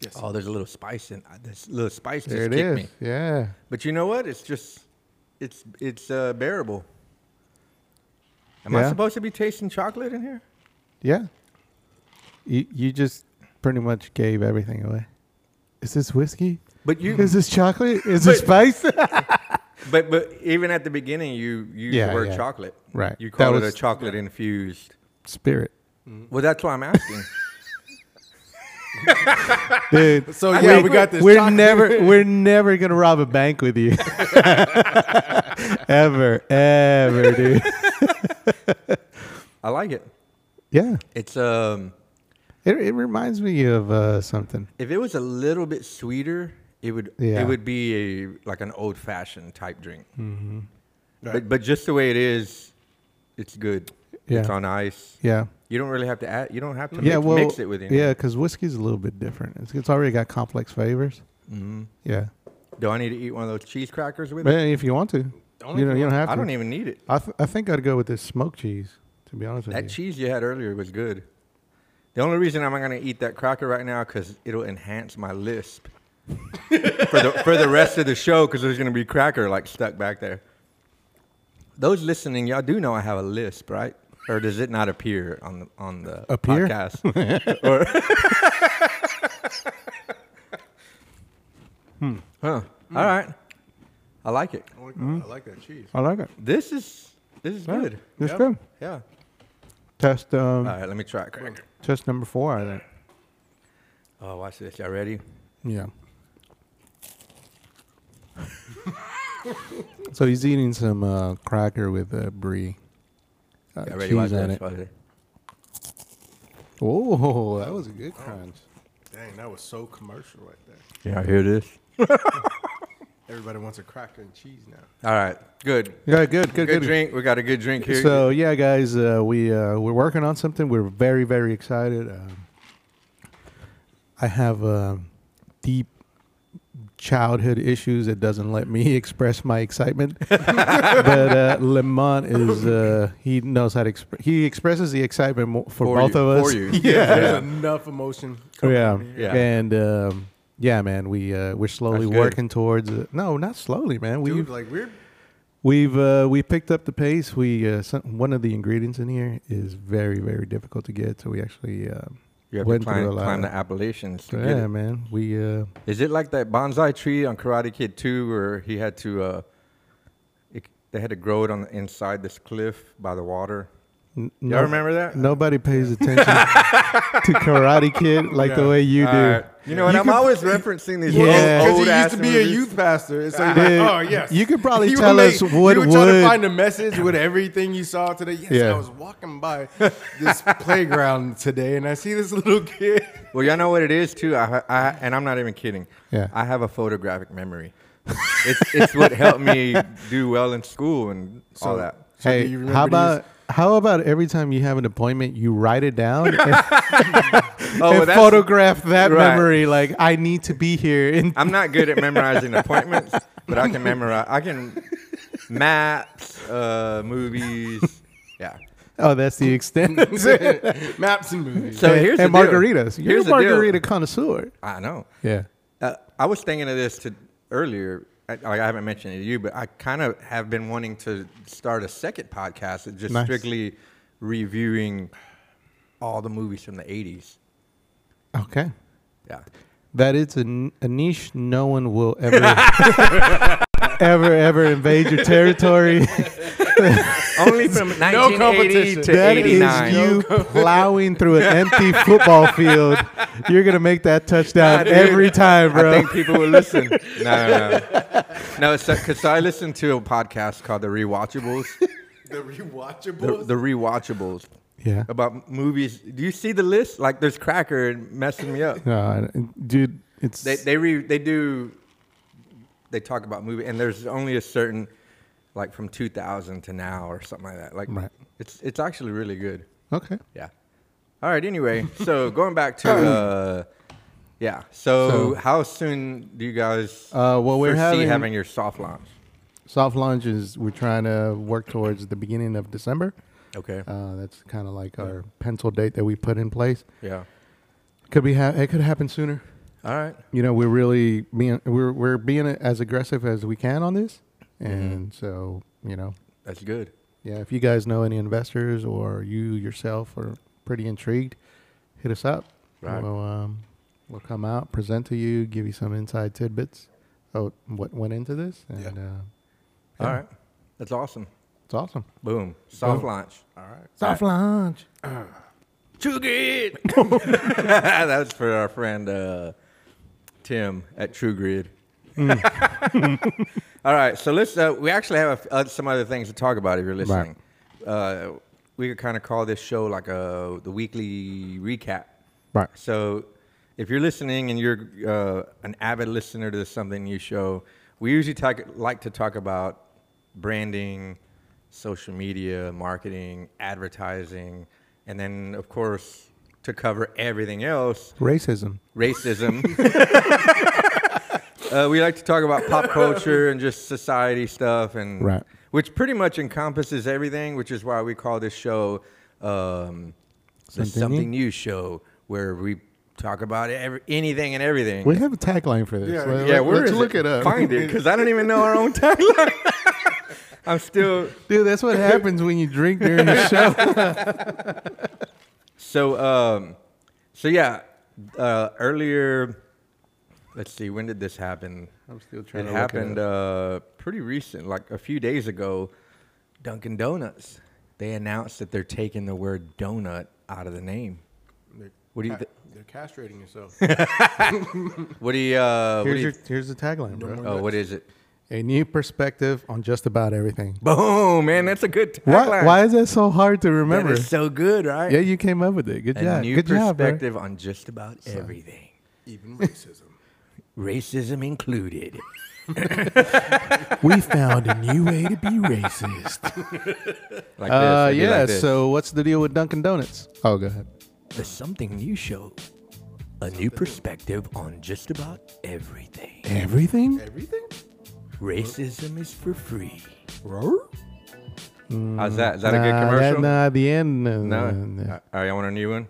[SPEAKER 4] Yes.
[SPEAKER 1] Oh, there's a little spice in this little spice
[SPEAKER 2] There
[SPEAKER 1] just
[SPEAKER 2] it
[SPEAKER 1] kicked
[SPEAKER 2] is.
[SPEAKER 1] me.
[SPEAKER 2] Yeah.
[SPEAKER 1] But you know what? It's just, it's it's uh, bearable. Am I
[SPEAKER 2] Yeah.
[SPEAKER 1] supposed to be tasting chocolate in here?
[SPEAKER 2] Yeah. You you just pretty much gave everything away. Is this whiskey?
[SPEAKER 1] But you,
[SPEAKER 2] Is this chocolate? Is this spice?
[SPEAKER 1] but but even at the beginning, you used
[SPEAKER 2] Yeah,
[SPEAKER 1] the word
[SPEAKER 2] yeah.
[SPEAKER 1] chocolate.
[SPEAKER 2] Right.
[SPEAKER 1] You
[SPEAKER 2] That
[SPEAKER 1] called it a
[SPEAKER 2] was-
[SPEAKER 1] chocolate infused.
[SPEAKER 2] Spirit.
[SPEAKER 1] Well, that's why I'm asking.
[SPEAKER 2] Dude.
[SPEAKER 4] So yeah, we, got this.
[SPEAKER 2] We're
[SPEAKER 4] chocolate.
[SPEAKER 2] never we're never gonna rob a bank with you. ever. Ever, dude.
[SPEAKER 1] I like it.
[SPEAKER 2] Yeah.
[SPEAKER 1] It's um,
[SPEAKER 2] It it reminds me of uh, something.
[SPEAKER 1] if it was a little bit sweeter, it would
[SPEAKER 2] Yeah.
[SPEAKER 1] it would be a like an old fashioned type drink.
[SPEAKER 2] Mm-hmm.
[SPEAKER 4] Right.
[SPEAKER 1] But but just the way it is, it's good.
[SPEAKER 2] Yeah.
[SPEAKER 1] It's on ice.
[SPEAKER 2] Yeah.
[SPEAKER 1] You don't really have to add. You don't have to
[SPEAKER 2] yeah,
[SPEAKER 1] mix,
[SPEAKER 2] well,
[SPEAKER 1] mix it with anything.
[SPEAKER 2] Yeah, because whiskey's a little bit different. It's, it's already got complex flavors.
[SPEAKER 1] Mhm.
[SPEAKER 2] Yeah.
[SPEAKER 1] Do I need to eat one of those cheese crackers with
[SPEAKER 2] But
[SPEAKER 1] it?
[SPEAKER 2] if you want to.
[SPEAKER 4] Don't
[SPEAKER 2] you don't, you don't have to.
[SPEAKER 1] I don't even need it.
[SPEAKER 2] I, th- I think I'd go with this smoked cheese, to be honest with
[SPEAKER 1] That
[SPEAKER 2] you.
[SPEAKER 1] cheese you had earlier was good. The only reason I'm not going to eat that cracker right now because it'll enhance my lisp for the for the rest of the show because there's going to be cracker like stuck back there. Those listening, y'all do know I have a lisp, right? Or does it not appear on the on the
[SPEAKER 2] Appear?
[SPEAKER 1] podcast? or Huh. All right. I like it.
[SPEAKER 4] I like, I like that cheese.
[SPEAKER 2] I like it.
[SPEAKER 1] This is this is
[SPEAKER 2] Yeah,
[SPEAKER 1] good.
[SPEAKER 2] It's
[SPEAKER 4] Yeah.
[SPEAKER 2] good.
[SPEAKER 1] Yeah.
[SPEAKER 2] Test um
[SPEAKER 1] All right, let me try a cracker.
[SPEAKER 2] test number four, I think.
[SPEAKER 1] Oh, watch this. Y'all ready?
[SPEAKER 2] Yeah. so he's eating some uh, cracker with uh, brie uh,
[SPEAKER 1] Y'all ready? Watch
[SPEAKER 2] cheese on
[SPEAKER 1] this.
[SPEAKER 2] it.
[SPEAKER 1] Watch this.
[SPEAKER 2] Oh, that was a good crunch.
[SPEAKER 4] Dang, that was so commercial right there.
[SPEAKER 1] Y'all hear this?
[SPEAKER 4] Everybody wants a cracker and cheese now.
[SPEAKER 1] All right, good.
[SPEAKER 2] Yeah,
[SPEAKER 1] Good,
[SPEAKER 2] good, good, good.
[SPEAKER 1] drink. We got a good drink here.
[SPEAKER 2] So yeah, guys, uh, we uh, we're working on something. We're very very excited. Um, I have um deep childhood issues that doesn't let me express my excitement. but uh, Lamont is uh, he knows how to exp- he expresses the excitement mo- for,
[SPEAKER 1] For
[SPEAKER 2] both
[SPEAKER 1] you-
[SPEAKER 2] of us.
[SPEAKER 1] for you.
[SPEAKER 4] There's
[SPEAKER 2] Yeah,
[SPEAKER 4] enough emotion.
[SPEAKER 2] yeah,
[SPEAKER 4] coming
[SPEAKER 2] yeah.
[SPEAKER 4] from here.
[SPEAKER 1] Yeah.
[SPEAKER 2] And um, yeah, man, we uh, we're slowly
[SPEAKER 1] That's good.
[SPEAKER 2] working towards. Uh, no, not slowly, man. We
[SPEAKER 4] Dude, like we're
[SPEAKER 2] We've uh, we picked up the pace. We uh, some, one of the ingredients in here is very very difficult to get, so we actually uh,
[SPEAKER 1] you have to
[SPEAKER 2] went
[SPEAKER 1] climb,
[SPEAKER 2] through a lot.
[SPEAKER 1] climb the
[SPEAKER 2] of-
[SPEAKER 1] Appalachians to get
[SPEAKER 2] yeah,
[SPEAKER 1] it.
[SPEAKER 2] man. We uh,
[SPEAKER 1] Is it like that bonsai tree on Karate Kid 2 where he had to, uh, it, they had to grow it on the inside this cliff by the water?
[SPEAKER 2] n-
[SPEAKER 1] Y'all
[SPEAKER 2] no-
[SPEAKER 1] remember that?
[SPEAKER 2] Nobody pays attention to Karate Kid like the way you do.
[SPEAKER 1] All right. You know, and
[SPEAKER 2] You
[SPEAKER 1] I'm
[SPEAKER 2] could-
[SPEAKER 1] always referencing these
[SPEAKER 2] Yeah.
[SPEAKER 1] old,
[SPEAKER 4] because
[SPEAKER 1] old
[SPEAKER 4] he
[SPEAKER 1] ass
[SPEAKER 4] used to be a
[SPEAKER 1] movies.
[SPEAKER 4] youth pastor. and So you're
[SPEAKER 2] Dude,
[SPEAKER 4] like, oh yes.
[SPEAKER 2] you could probably
[SPEAKER 4] You
[SPEAKER 2] tell
[SPEAKER 4] relate.
[SPEAKER 2] us what
[SPEAKER 4] you were trying
[SPEAKER 2] would-
[SPEAKER 4] to find a message with everything you saw today. Yes,
[SPEAKER 2] Yeah.
[SPEAKER 4] I was walking by this playground today, and I see this little kid.
[SPEAKER 1] Well, y'all know what it is too. I, ha- I and I'm not even kidding.
[SPEAKER 2] Yeah.
[SPEAKER 1] I have a photographic memory. it's it's what helped me do well in school and all that.
[SPEAKER 4] So do
[SPEAKER 2] Oh, Hey,
[SPEAKER 4] you remember
[SPEAKER 2] how
[SPEAKER 4] these-
[SPEAKER 2] about How about every time you have an appointment, you write it down and,
[SPEAKER 1] Oh,
[SPEAKER 2] and
[SPEAKER 1] well, that's-
[SPEAKER 2] photograph that
[SPEAKER 1] Right.
[SPEAKER 2] memory? Like I need to be here. And
[SPEAKER 1] I'm not good at memorizing appointments, but I can memorize. I can maps, uh, movies. Yeah.
[SPEAKER 2] oh, that's the extent.
[SPEAKER 4] Maps and movies.
[SPEAKER 1] So here's
[SPEAKER 2] and
[SPEAKER 1] the deal.
[SPEAKER 2] margaritas. You're
[SPEAKER 1] Here's
[SPEAKER 2] a
[SPEAKER 1] the deal.
[SPEAKER 2] margarita connoisseur.
[SPEAKER 1] I know.
[SPEAKER 2] Yeah.
[SPEAKER 1] Uh, I was thinking of this to earlier. I, like I haven't mentioned it to you, but I kind of have been wanting to start a second podcast that's just
[SPEAKER 2] Nice.
[SPEAKER 1] strictly reviewing all the movies from the '80s.
[SPEAKER 2] Okay.
[SPEAKER 1] Yeah.
[SPEAKER 2] That it's a, n- a niche no one will ever, ever, ever invade your territory.
[SPEAKER 1] Only from 1980
[SPEAKER 4] competition.
[SPEAKER 1] to
[SPEAKER 2] That is
[SPEAKER 1] 89.
[SPEAKER 2] you plowing through an empty football field. You're gonna make that touchdown
[SPEAKER 1] dude.
[SPEAKER 2] every time,
[SPEAKER 1] I
[SPEAKER 2] bro.
[SPEAKER 1] think people will listen. No, no, no. No, because I listened to a podcast called The Rewatchables.
[SPEAKER 4] The rewatchables.
[SPEAKER 1] The, the Rewatchables.
[SPEAKER 2] Yeah.
[SPEAKER 1] About movies. Do you see the list? Like, there's Cracker and messing me up.
[SPEAKER 2] No, I- dude, it's
[SPEAKER 1] They, they, re, they do, they talk about movie, and there's only a certain, like, from 2000 to now or something like that. Like,
[SPEAKER 2] Right.
[SPEAKER 1] it's, it's actually really good.
[SPEAKER 2] okay.
[SPEAKER 1] Yeah. All right. Anyway, so going back to, uh, yeah. So,
[SPEAKER 2] So-
[SPEAKER 1] how soon do you guys
[SPEAKER 2] Uh, well, we're
[SPEAKER 1] foresee
[SPEAKER 2] having-
[SPEAKER 1] your soft launch?
[SPEAKER 2] Soft launches. We're trying to work towards the beginning of December.
[SPEAKER 1] Okay.
[SPEAKER 2] Uh, that's kind of like our pencil date that we put in place.
[SPEAKER 1] yeah.
[SPEAKER 2] Could be ha- it could happen sooner.
[SPEAKER 1] All right.
[SPEAKER 2] You know, we're really being we're we're being as aggressive as we can on this, and so you know,
[SPEAKER 1] That's good.
[SPEAKER 2] yeah. If you guys know any investors or you yourself are pretty intrigued, hit us up.
[SPEAKER 1] Right.
[SPEAKER 2] We'll, um, we'll come out, present to you, give you some inside tidbits. Oh, what went into this? And,
[SPEAKER 4] Yeah.
[SPEAKER 2] Uh,
[SPEAKER 1] All right. That's awesome.
[SPEAKER 2] it's awesome.
[SPEAKER 1] Boom. Soft launch.
[SPEAKER 4] All right.
[SPEAKER 2] Soft launch.
[SPEAKER 1] Too good. that was for our friend uh, Tim at True Grid. All right, so let's. Uh, we actually have a f uh, some other things to talk about if you're listening. Uh, we could kind of call this show like a the weekly recap.
[SPEAKER 2] Right.
[SPEAKER 1] So, if you're listening and you're uh, an avid listener to the Something New show, we usually talk, like to talk about branding, social media, marketing, advertising, and then, of course, to cover everything else,
[SPEAKER 2] Racism.
[SPEAKER 1] racism. uh, we like to talk about pop culture and just society stuff, and
[SPEAKER 2] Right.
[SPEAKER 1] which pretty much encompasses everything. Which is why we call this show um, the
[SPEAKER 2] Something
[SPEAKER 1] Something New Show, where we talk about every, anything and everything.
[SPEAKER 2] We have a tagline for this.
[SPEAKER 4] Yeah,
[SPEAKER 2] Let-
[SPEAKER 1] yeah,
[SPEAKER 2] let-
[SPEAKER 1] where
[SPEAKER 2] let's
[SPEAKER 1] is
[SPEAKER 2] look
[SPEAKER 1] it?
[SPEAKER 2] it up.
[SPEAKER 1] Find it, because I don't even know our own tagline. I'm still
[SPEAKER 2] Dude, that's what happens when you drink during the show.
[SPEAKER 1] So, um, so yeah, uh, earlier, let's see, when did this happen?
[SPEAKER 2] I'm still trying
[SPEAKER 1] It
[SPEAKER 2] to look it
[SPEAKER 1] happened uh, pretty recent, like a few days ago. Dunkin' Donuts they announced that they're taking the word donut out of the name. What do you th-
[SPEAKER 4] They're castrating yourself.
[SPEAKER 1] What do you? Uh, what do
[SPEAKER 2] Here's
[SPEAKER 1] you
[SPEAKER 2] your here's the tagline, bro.
[SPEAKER 1] oh, what is it?
[SPEAKER 2] A new perspective on just about everything.
[SPEAKER 1] Boom, man, that's a good
[SPEAKER 2] Why,
[SPEAKER 1] tagline.
[SPEAKER 2] why is that so hard to
[SPEAKER 1] That
[SPEAKER 2] remember?
[SPEAKER 1] is so good, right?
[SPEAKER 2] Yeah, you came up with it. Good
[SPEAKER 1] a
[SPEAKER 2] job.
[SPEAKER 1] new
[SPEAKER 2] Good job, bro.
[SPEAKER 1] perspective on just about everything,
[SPEAKER 4] Even racism.
[SPEAKER 1] racism included.
[SPEAKER 3] We found a new way to be racist.
[SPEAKER 1] Like
[SPEAKER 2] Uh,
[SPEAKER 1] it'd be
[SPEAKER 2] yeah.
[SPEAKER 1] like this.
[SPEAKER 2] so, what's the deal with Dunkin' Donuts? Oh, go ahead.
[SPEAKER 1] The Something New Show. A new perspective on just about everything.
[SPEAKER 3] Everything?
[SPEAKER 4] Everything?
[SPEAKER 1] Racism is for free. How's that? Ah, Is that a good
[SPEAKER 2] Nah,
[SPEAKER 1] commercial?
[SPEAKER 2] That, nah, the end. No.
[SPEAKER 1] no. Uh.
[SPEAKER 2] no, no.
[SPEAKER 1] All right, I want a new one.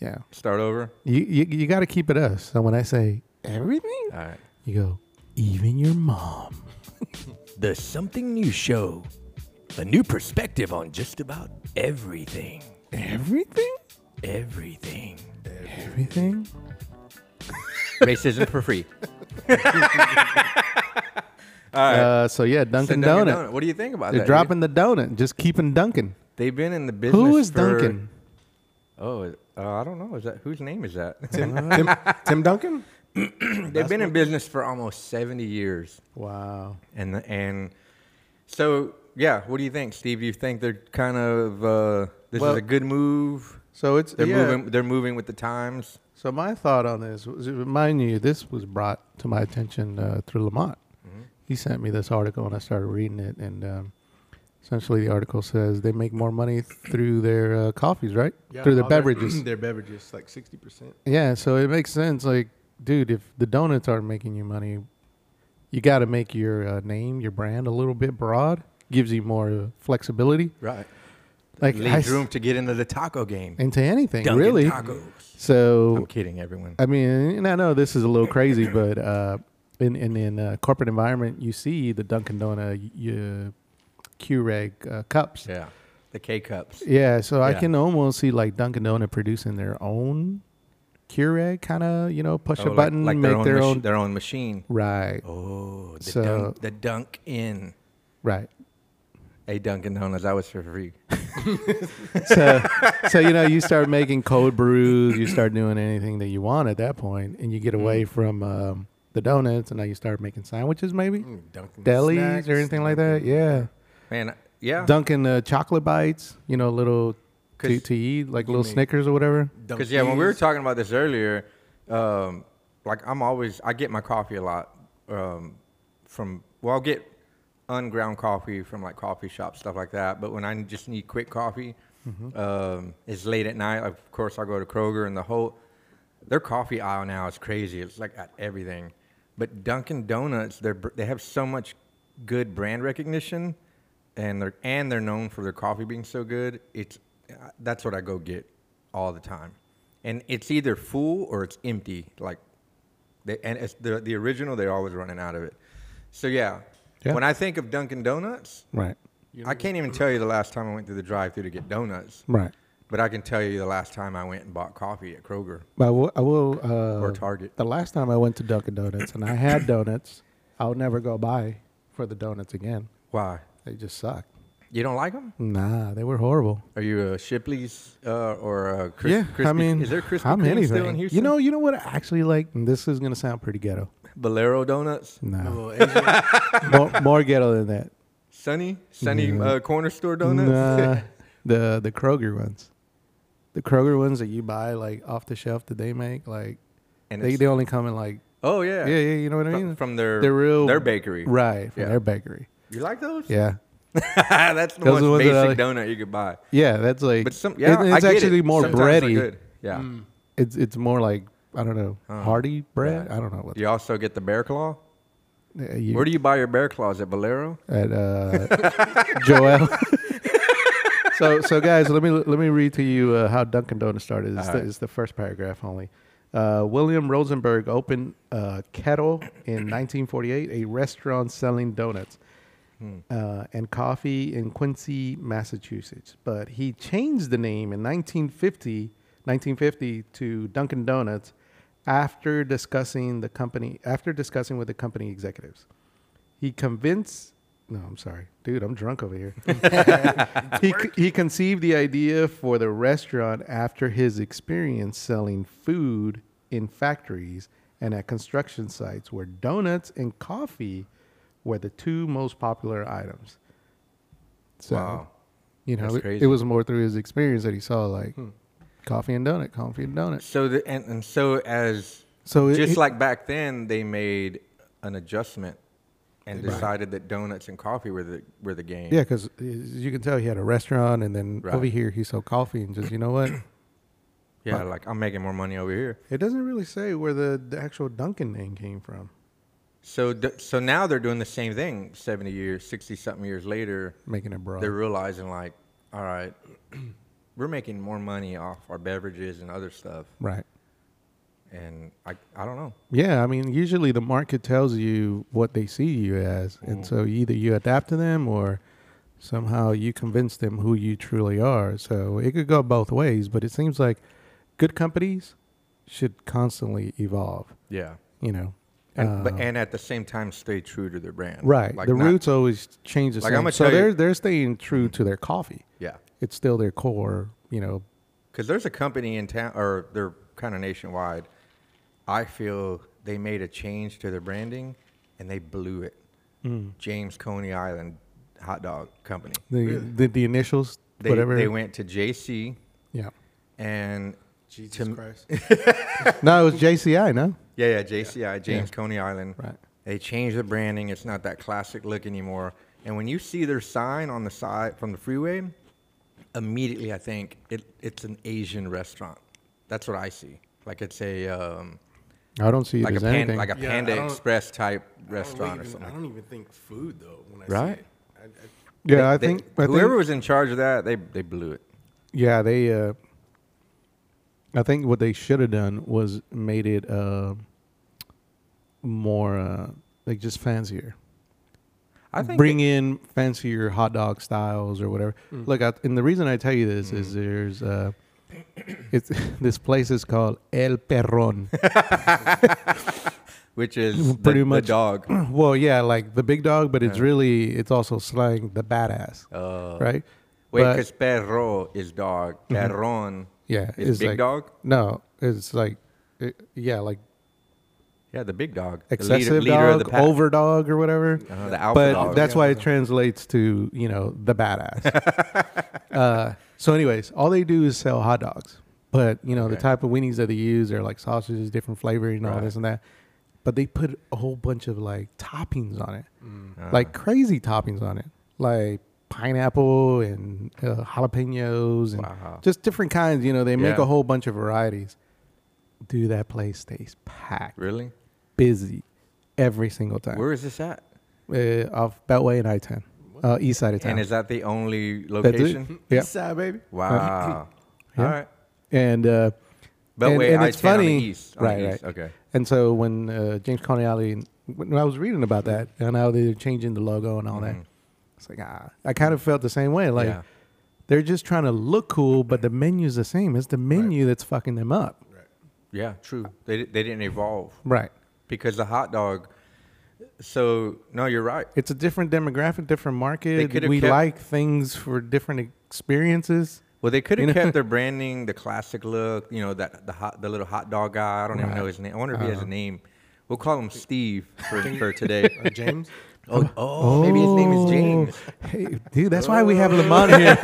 [SPEAKER 2] yeah.
[SPEAKER 1] Start over.
[SPEAKER 2] You you, you got to keep it us. So when I say everything,
[SPEAKER 1] All right.
[SPEAKER 2] you go.
[SPEAKER 3] Even your mom.
[SPEAKER 1] The Something New Show. A new perspective on just about everything.
[SPEAKER 3] Everything?
[SPEAKER 1] Everything.
[SPEAKER 3] Everything?
[SPEAKER 1] Racism for free.
[SPEAKER 2] Uh, so yeah,
[SPEAKER 1] Dunkin'
[SPEAKER 2] Dunkin' Donuts.
[SPEAKER 1] Donut. What do you think about
[SPEAKER 2] They're
[SPEAKER 1] that?
[SPEAKER 2] dropping the donut. Just keeping Dunkin'.
[SPEAKER 1] They've been in the business.
[SPEAKER 2] Who is
[SPEAKER 1] for-
[SPEAKER 2] Dunkin'?
[SPEAKER 1] Oh, uh, I don't know. Is that whose name is that?
[SPEAKER 4] Tim, Tim Duncan?
[SPEAKER 1] They've been in business for almost 70 years.
[SPEAKER 2] Wow.
[SPEAKER 1] And the, and so yeah, what do you think, Steve? You think they're kind of uh, this
[SPEAKER 2] Well-
[SPEAKER 1] is a good move?
[SPEAKER 2] So it's
[SPEAKER 1] They're
[SPEAKER 2] yeah.
[SPEAKER 1] moving. They're moving with the times.
[SPEAKER 2] So my thought on this was to remind you this was brought to my attention uh, through Lamont. He sent me this article and I started reading it, and um, Essentially, the article says they make more money through their uh, coffees, right?
[SPEAKER 4] Yeah,
[SPEAKER 2] through their
[SPEAKER 4] all
[SPEAKER 2] beverages.
[SPEAKER 4] their beverages, like sixty percent.
[SPEAKER 2] yeah, so it makes sense. Like, dude, if the donuts aren't making you money, you got to make your uh, name, your brand a little bit broad. Gives you more uh, flexibility,
[SPEAKER 4] Right.
[SPEAKER 2] like I s-
[SPEAKER 1] Leaves room to get into the taco game.
[SPEAKER 2] into anything,
[SPEAKER 1] Dunkin'
[SPEAKER 2] really.
[SPEAKER 1] Tacos. I'm
[SPEAKER 2] So
[SPEAKER 1] kidding, everyone.
[SPEAKER 2] I mean, and I know this is a little crazy, but uh, in in in uh, corporate environment, you see the Dunkin' Donut y- uh, Keurig uh, cups. Yeah,
[SPEAKER 1] Yeah. The K cups.
[SPEAKER 2] so I
[SPEAKER 1] Yeah.
[SPEAKER 2] can almost see like Dunkin' Donut producing their own Keurig kind of, you know, push
[SPEAKER 1] Oh,
[SPEAKER 2] a button, make their,
[SPEAKER 1] machi-
[SPEAKER 2] own.
[SPEAKER 1] their own machine.
[SPEAKER 2] Right,
[SPEAKER 1] Oh, the
[SPEAKER 2] So-
[SPEAKER 1] dunk, the dunk in.
[SPEAKER 2] right.
[SPEAKER 1] Hey, Dunkin' Donuts, I was for free.
[SPEAKER 2] So, so you know, you start making cold brews, you start doing anything that you want at that point, and you get away from um, the donuts, and now you start making sandwiches, maybe
[SPEAKER 4] Dunkin'
[SPEAKER 2] delis
[SPEAKER 4] Mm, snacks,
[SPEAKER 2] or anything like that.
[SPEAKER 4] Dunkin'-
[SPEAKER 2] Yeah.
[SPEAKER 1] Man, I- yeah.
[SPEAKER 2] Dunkin' uh, chocolate bites, you know, little to,
[SPEAKER 1] 'Cause
[SPEAKER 2] to eat, like little
[SPEAKER 4] mean-
[SPEAKER 2] Snickers or whatever.
[SPEAKER 1] Because yeah, when we were
[SPEAKER 4] Dunkies.
[SPEAKER 1] talking about this earlier, um, like I'm always I get my coffee a lot um, from well I'll get unground coffee from like coffee shops stuff like that. But when I just need quick coffee, um, it's late at night. Of course, I go to Kroger and the whole their coffee aisle now is crazy. It's like at everything. But Dunkin' Donuts, they they have so much good brand recognition, and they're and they're known for their coffee being so good. It's uh, that's what I go get all the time, and it's either full or it's empty. Like, they, and it's the the original, they're always running out of it. So yeah,
[SPEAKER 2] Yeah.
[SPEAKER 1] when I think of Dunkin' Donuts,
[SPEAKER 2] Right.
[SPEAKER 1] I can't even tell you the last time I went through the drive-through to get donuts,
[SPEAKER 2] Right.
[SPEAKER 1] but I can tell you the last time I went and bought coffee at Kroger.
[SPEAKER 2] But I will. I will uh,
[SPEAKER 1] Or Target.
[SPEAKER 2] The last time I went to Dunkin' Donuts and I had donuts, I'll never go by for the donuts again.
[SPEAKER 1] Why?
[SPEAKER 2] They just sucked.
[SPEAKER 1] You don't like them?
[SPEAKER 2] Nah, they were horrible.
[SPEAKER 1] Are you a Shipley's uh, or a Chris, Krispy?
[SPEAKER 2] I mean,
[SPEAKER 1] is there Krispy
[SPEAKER 2] I'm
[SPEAKER 1] Kreme
[SPEAKER 2] anything.
[SPEAKER 1] still in Houston?
[SPEAKER 2] You know, you know what I actually like. And this is gonna sound pretty ghetto.
[SPEAKER 1] Bolero donuts,
[SPEAKER 4] The
[SPEAKER 2] Nah,
[SPEAKER 4] little Asian-
[SPEAKER 2] more, more ghetto than that.
[SPEAKER 1] Sunny, Sunny
[SPEAKER 2] Yeah.
[SPEAKER 1] uh, corner store donuts.
[SPEAKER 2] Nah, the the Kroger ones, the Kroger ones that you buy like off the shelf that they make, like
[SPEAKER 1] and
[SPEAKER 2] they,
[SPEAKER 1] it's-
[SPEAKER 2] they only come in like
[SPEAKER 1] oh yeah,
[SPEAKER 2] yeah yeah you know what I
[SPEAKER 1] From,
[SPEAKER 2] mean
[SPEAKER 1] from their
[SPEAKER 2] They're real-
[SPEAKER 1] their bakery.
[SPEAKER 2] right from
[SPEAKER 1] Yeah.
[SPEAKER 2] their bakery
[SPEAKER 1] You like those?
[SPEAKER 2] yeah
[SPEAKER 1] that's the
[SPEAKER 2] Those are the
[SPEAKER 1] most
[SPEAKER 2] ones that I
[SPEAKER 1] basic donut you could buy.
[SPEAKER 2] yeah that's like
[SPEAKER 1] But some, yeah,
[SPEAKER 2] it-
[SPEAKER 1] I
[SPEAKER 2] it's
[SPEAKER 1] get
[SPEAKER 2] actually
[SPEAKER 1] it.
[SPEAKER 2] more
[SPEAKER 1] Sometimes they're
[SPEAKER 2] bready
[SPEAKER 1] good. Yeah.
[SPEAKER 2] it's it's more like I don't know
[SPEAKER 1] Uh,
[SPEAKER 2] hearty bread
[SPEAKER 1] yeah.
[SPEAKER 2] I don't know what
[SPEAKER 1] You also get the bear claw.
[SPEAKER 2] uh, you,
[SPEAKER 1] Where do you buy your bear claws at Bolero?
[SPEAKER 2] at uh, Joel. so, so guys, let me let me read to you uh, how Dunkin' Donuts started. It's,
[SPEAKER 1] All
[SPEAKER 2] the,
[SPEAKER 1] right.
[SPEAKER 2] it's the first paragraph only. Uh, William Rosenberg opened uh, Kettle in 1948, a restaurant selling donuts
[SPEAKER 1] Hmm.
[SPEAKER 2] uh, and coffee in Quincy, Massachusetts. But he changed the name in 1950, 1950 to Dunkin' Donuts after discussing the company after discussing with the company executives. He convinced. No, I'm sorry, dude. I'm drunk over here. he, he conceived the idea for the restaurant after his experience selling food in factories and at construction sites where donuts and coffee were the two most popular items. So,
[SPEAKER 1] Wow.
[SPEAKER 2] you know,
[SPEAKER 1] That's
[SPEAKER 2] it-
[SPEAKER 1] crazy. Hmm.
[SPEAKER 2] it was more through his experience that he saw like coffee and donut, coffee and donut.
[SPEAKER 1] So the and, and so as
[SPEAKER 2] So it-
[SPEAKER 1] just
[SPEAKER 2] it-
[SPEAKER 1] like back then, they made an adjustment and decided that donuts and coffee were the were the game.
[SPEAKER 2] Yeah, because you can tell he had a restaurant, and then
[SPEAKER 1] Right.
[SPEAKER 2] over here he sold coffee, and just you know what,
[SPEAKER 1] Yeah, like I'm making more money over here.
[SPEAKER 2] it doesn't really say where the, the actual Dunkin' name came from.
[SPEAKER 1] So d- so now they're doing the same thing. Seventy years, sixty something years later,
[SPEAKER 2] Making it broad.
[SPEAKER 1] they're realizing like, all right, we're making more money off our beverages and other stuff.
[SPEAKER 2] Right.
[SPEAKER 1] And I I don't know.
[SPEAKER 2] Yeah, I mean, usually the market tells you what they see you as, and so
[SPEAKER 1] Mm.
[SPEAKER 2] either you adapt to them or somehow you convince them who you truly are. So it could go both ways, but it seems like good companies should constantly evolve.
[SPEAKER 1] Yeah.
[SPEAKER 2] You know,
[SPEAKER 1] And,
[SPEAKER 2] Uh,
[SPEAKER 1] but and at the same time, stay true to their brand.
[SPEAKER 2] right? the
[SPEAKER 1] not-
[SPEAKER 2] roots always change the
[SPEAKER 1] Like,
[SPEAKER 2] same.
[SPEAKER 1] I'ma
[SPEAKER 2] so
[SPEAKER 1] tell you- Mm.
[SPEAKER 2] they're they're staying true to their coffee.
[SPEAKER 1] Yeah.
[SPEAKER 2] It's still their core. You know,
[SPEAKER 1] Because there's a company in town, or they're kind of nationwide. I feel they made a change to their branding, and they blew it. James Coney Island Hot Dog Company.
[SPEAKER 2] the the, the initials,
[SPEAKER 1] They,
[SPEAKER 2] whatever.
[SPEAKER 1] they went to JC,
[SPEAKER 2] yeah.
[SPEAKER 1] and
[SPEAKER 4] Jesus
[SPEAKER 1] To-
[SPEAKER 4] Christ.
[SPEAKER 2] No, it was JCI. No.
[SPEAKER 1] yeah, yeah, JCI, James Coney Island.
[SPEAKER 2] Right.
[SPEAKER 1] They changed the branding. It's not that classic look anymore. And when you see their sign on the side from the freeway, immediately I think it, it's an Asian restaurant. That's what I see. Like it's a um,
[SPEAKER 2] I don't see it
[SPEAKER 1] like a
[SPEAKER 2] as
[SPEAKER 1] pan,
[SPEAKER 2] anything.
[SPEAKER 1] like a
[SPEAKER 4] Yeah, I
[SPEAKER 1] Panda
[SPEAKER 4] don't-
[SPEAKER 1] Express type
[SPEAKER 4] I
[SPEAKER 1] restaurant
[SPEAKER 4] don't
[SPEAKER 1] or
[SPEAKER 4] even,
[SPEAKER 1] something.
[SPEAKER 4] I don't even think food though. When I
[SPEAKER 1] Right?
[SPEAKER 4] See it. I, I,
[SPEAKER 2] yeah, I
[SPEAKER 1] They-
[SPEAKER 2] think. I think-
[SPEAKER 1] whoever was in charge of that, they they blew it.
[SPEAKER 2] Yeah, they. Uh, I think what they should have done was made it uh, more uh, like just fancier.
[SPEAKER 1] I think
[SPEAKER 2] Bring in fancier hot dog styles or whatever.
[SPEAKER 1] Mm.
[SPEAKER 2] Look, I, and the reason I tell you this is there's uh, it's this place is called El Perron.
[SPEAKER 1] which is
[SPEAKER 2] pretty
[SPEAKER 1] the,
[SPEAKER 2] much-
[SPEAKER 1] the dog.
[SPEAKER 2] well, yeah, like the big dog, but it's really it's also slang the badass,
[SPEAKER 1] Uh,
[SPEAKER 2] right?
[SPEAKER 1] wait,
[SPEAKER 2] But-
[SPEAKER 1] because perro is dog. Perron
[SPEAKER 2] yeah,
[SPEAKER 1] is big
[SPEAKER 2] like,
[SPEAKER 1] dog.
[SPEAKER 2] No, it's like it, yeah, like
[SPEAKER 1] Yeah, the big dog. The leader-
[SPEAKER 2] excessive
[SPEAKER 1] leader,
[SPEAKER 2] dog,
[SPEAKER 1] of the pack.
[SPEAKER 2] overdog, or whatever.
[SPEAKER 1] Uh, the alpha
[SPEAKER 2] but
[SPEAKER 1] dog.
[SPEAKER 2] that's why it translates to you know the badass. uh, so, anyways, all they do is sell hot dogs, but you know the
[SPEAKER 1] Okay.
[SPEAKER 2] type of weenies that they use are like sausages, different flavor, you know all
[SPEAKER 1] Right.
[SPEAKER 2] this and that. But they put a whole bunch of like toppings on it,
[SPEAKER 1] Uh,
[SPEAKER 2] like crazy toppings on it, like pineapple and uh, jalapenos and
[SPEAKER 1] wow.
[SPEAKER 2] just different kinds. You know, they make
[SPEAKER 1] Yeah.
[SPEAKER 2] a whole bunch of varieties. Dude, that place stays packed
[SPEAKER 1] Really?
[SPEAKER 2] busy every single time.
[SPEAKER 1] Where is this at?
[SPEAKER 2] uh, off Beltway and I ten, uh, east side of town.
[SPEAKER 1] And is that the only
[SPEAKER 2] That's it.
[SPEAKER 1] location?
[SPEAKER 2] Yeah,
[SPEAKER 4] East side, baby.
[SPEAKER 1] Wow.
[SPEAKER 2] Yeah.
[SPEAKER 1] All right.
[SPEAKER 2] and uh,
[SPEAKER 1] But
[SPEAKER 2] And-
[SPEAKER 1] wait,
[SPEAKER 2] and
[SPEAKER 1] I
[SPEAKER 2] it's
[SPEAKER 1] it's funny.
[SPEAKER 2] funny-
[SPEAKER 1] the east. on the
[SPEAKER 2] right,
[SPEAKER 1] east,
[SPEAKER 2] right.
[SPEAKER 1] Okay.
[SPEAKER 2] and so when uh, James Connolly, when I was reading about that and how they're changing the logo and all that,
[SPEAKER 1] Mhm.
[SPEAKER 2] it's like ah, I kind of felt the same way. Like
[SPEAKER 1] yeah.
[SPEAKER 2] they're just trying to look cool, but the menu's the same. It's the menu that's fucking them up.
[SPEAKER 1] Yeah, true. They di- they didn't evolve
[SPEAKER 2] Right.
[SPEAKER 1] because the hot dog. So no, you're right.
[SPEAKER 2] It's a different demographic, different
[SPEAKER 1] They
[SPEAKER 2] market.
[SPEAKER 1] could've
[SPEAKER 2] We
[SPEAKER 1] kept-
[SPEAKER 2] like things for different experiences.
[SPEAKER 1] Well, they could
[SPEAKER 2] You
[SPEAKER 1] have
[SPEAKER 2] know?
[SPEAKER 1] kept their branding, the classic look. You know that the hot, the little hot dog guy. I don't even
[SPEAKER 2] Right.
[SPEAKER 1] know his name. I wonder if he has a
[SPEAKER 2] Uh-huh.
[SPEAKER 1] name. We'll call him Steve for, for today.
[SPEAKER 4] Or James.
[SPEAKER 1] Oh, oh, maybe his name is James. Oh.
[SPEAKER 2] Oh, Hey, dude, that's why we have Lamont here.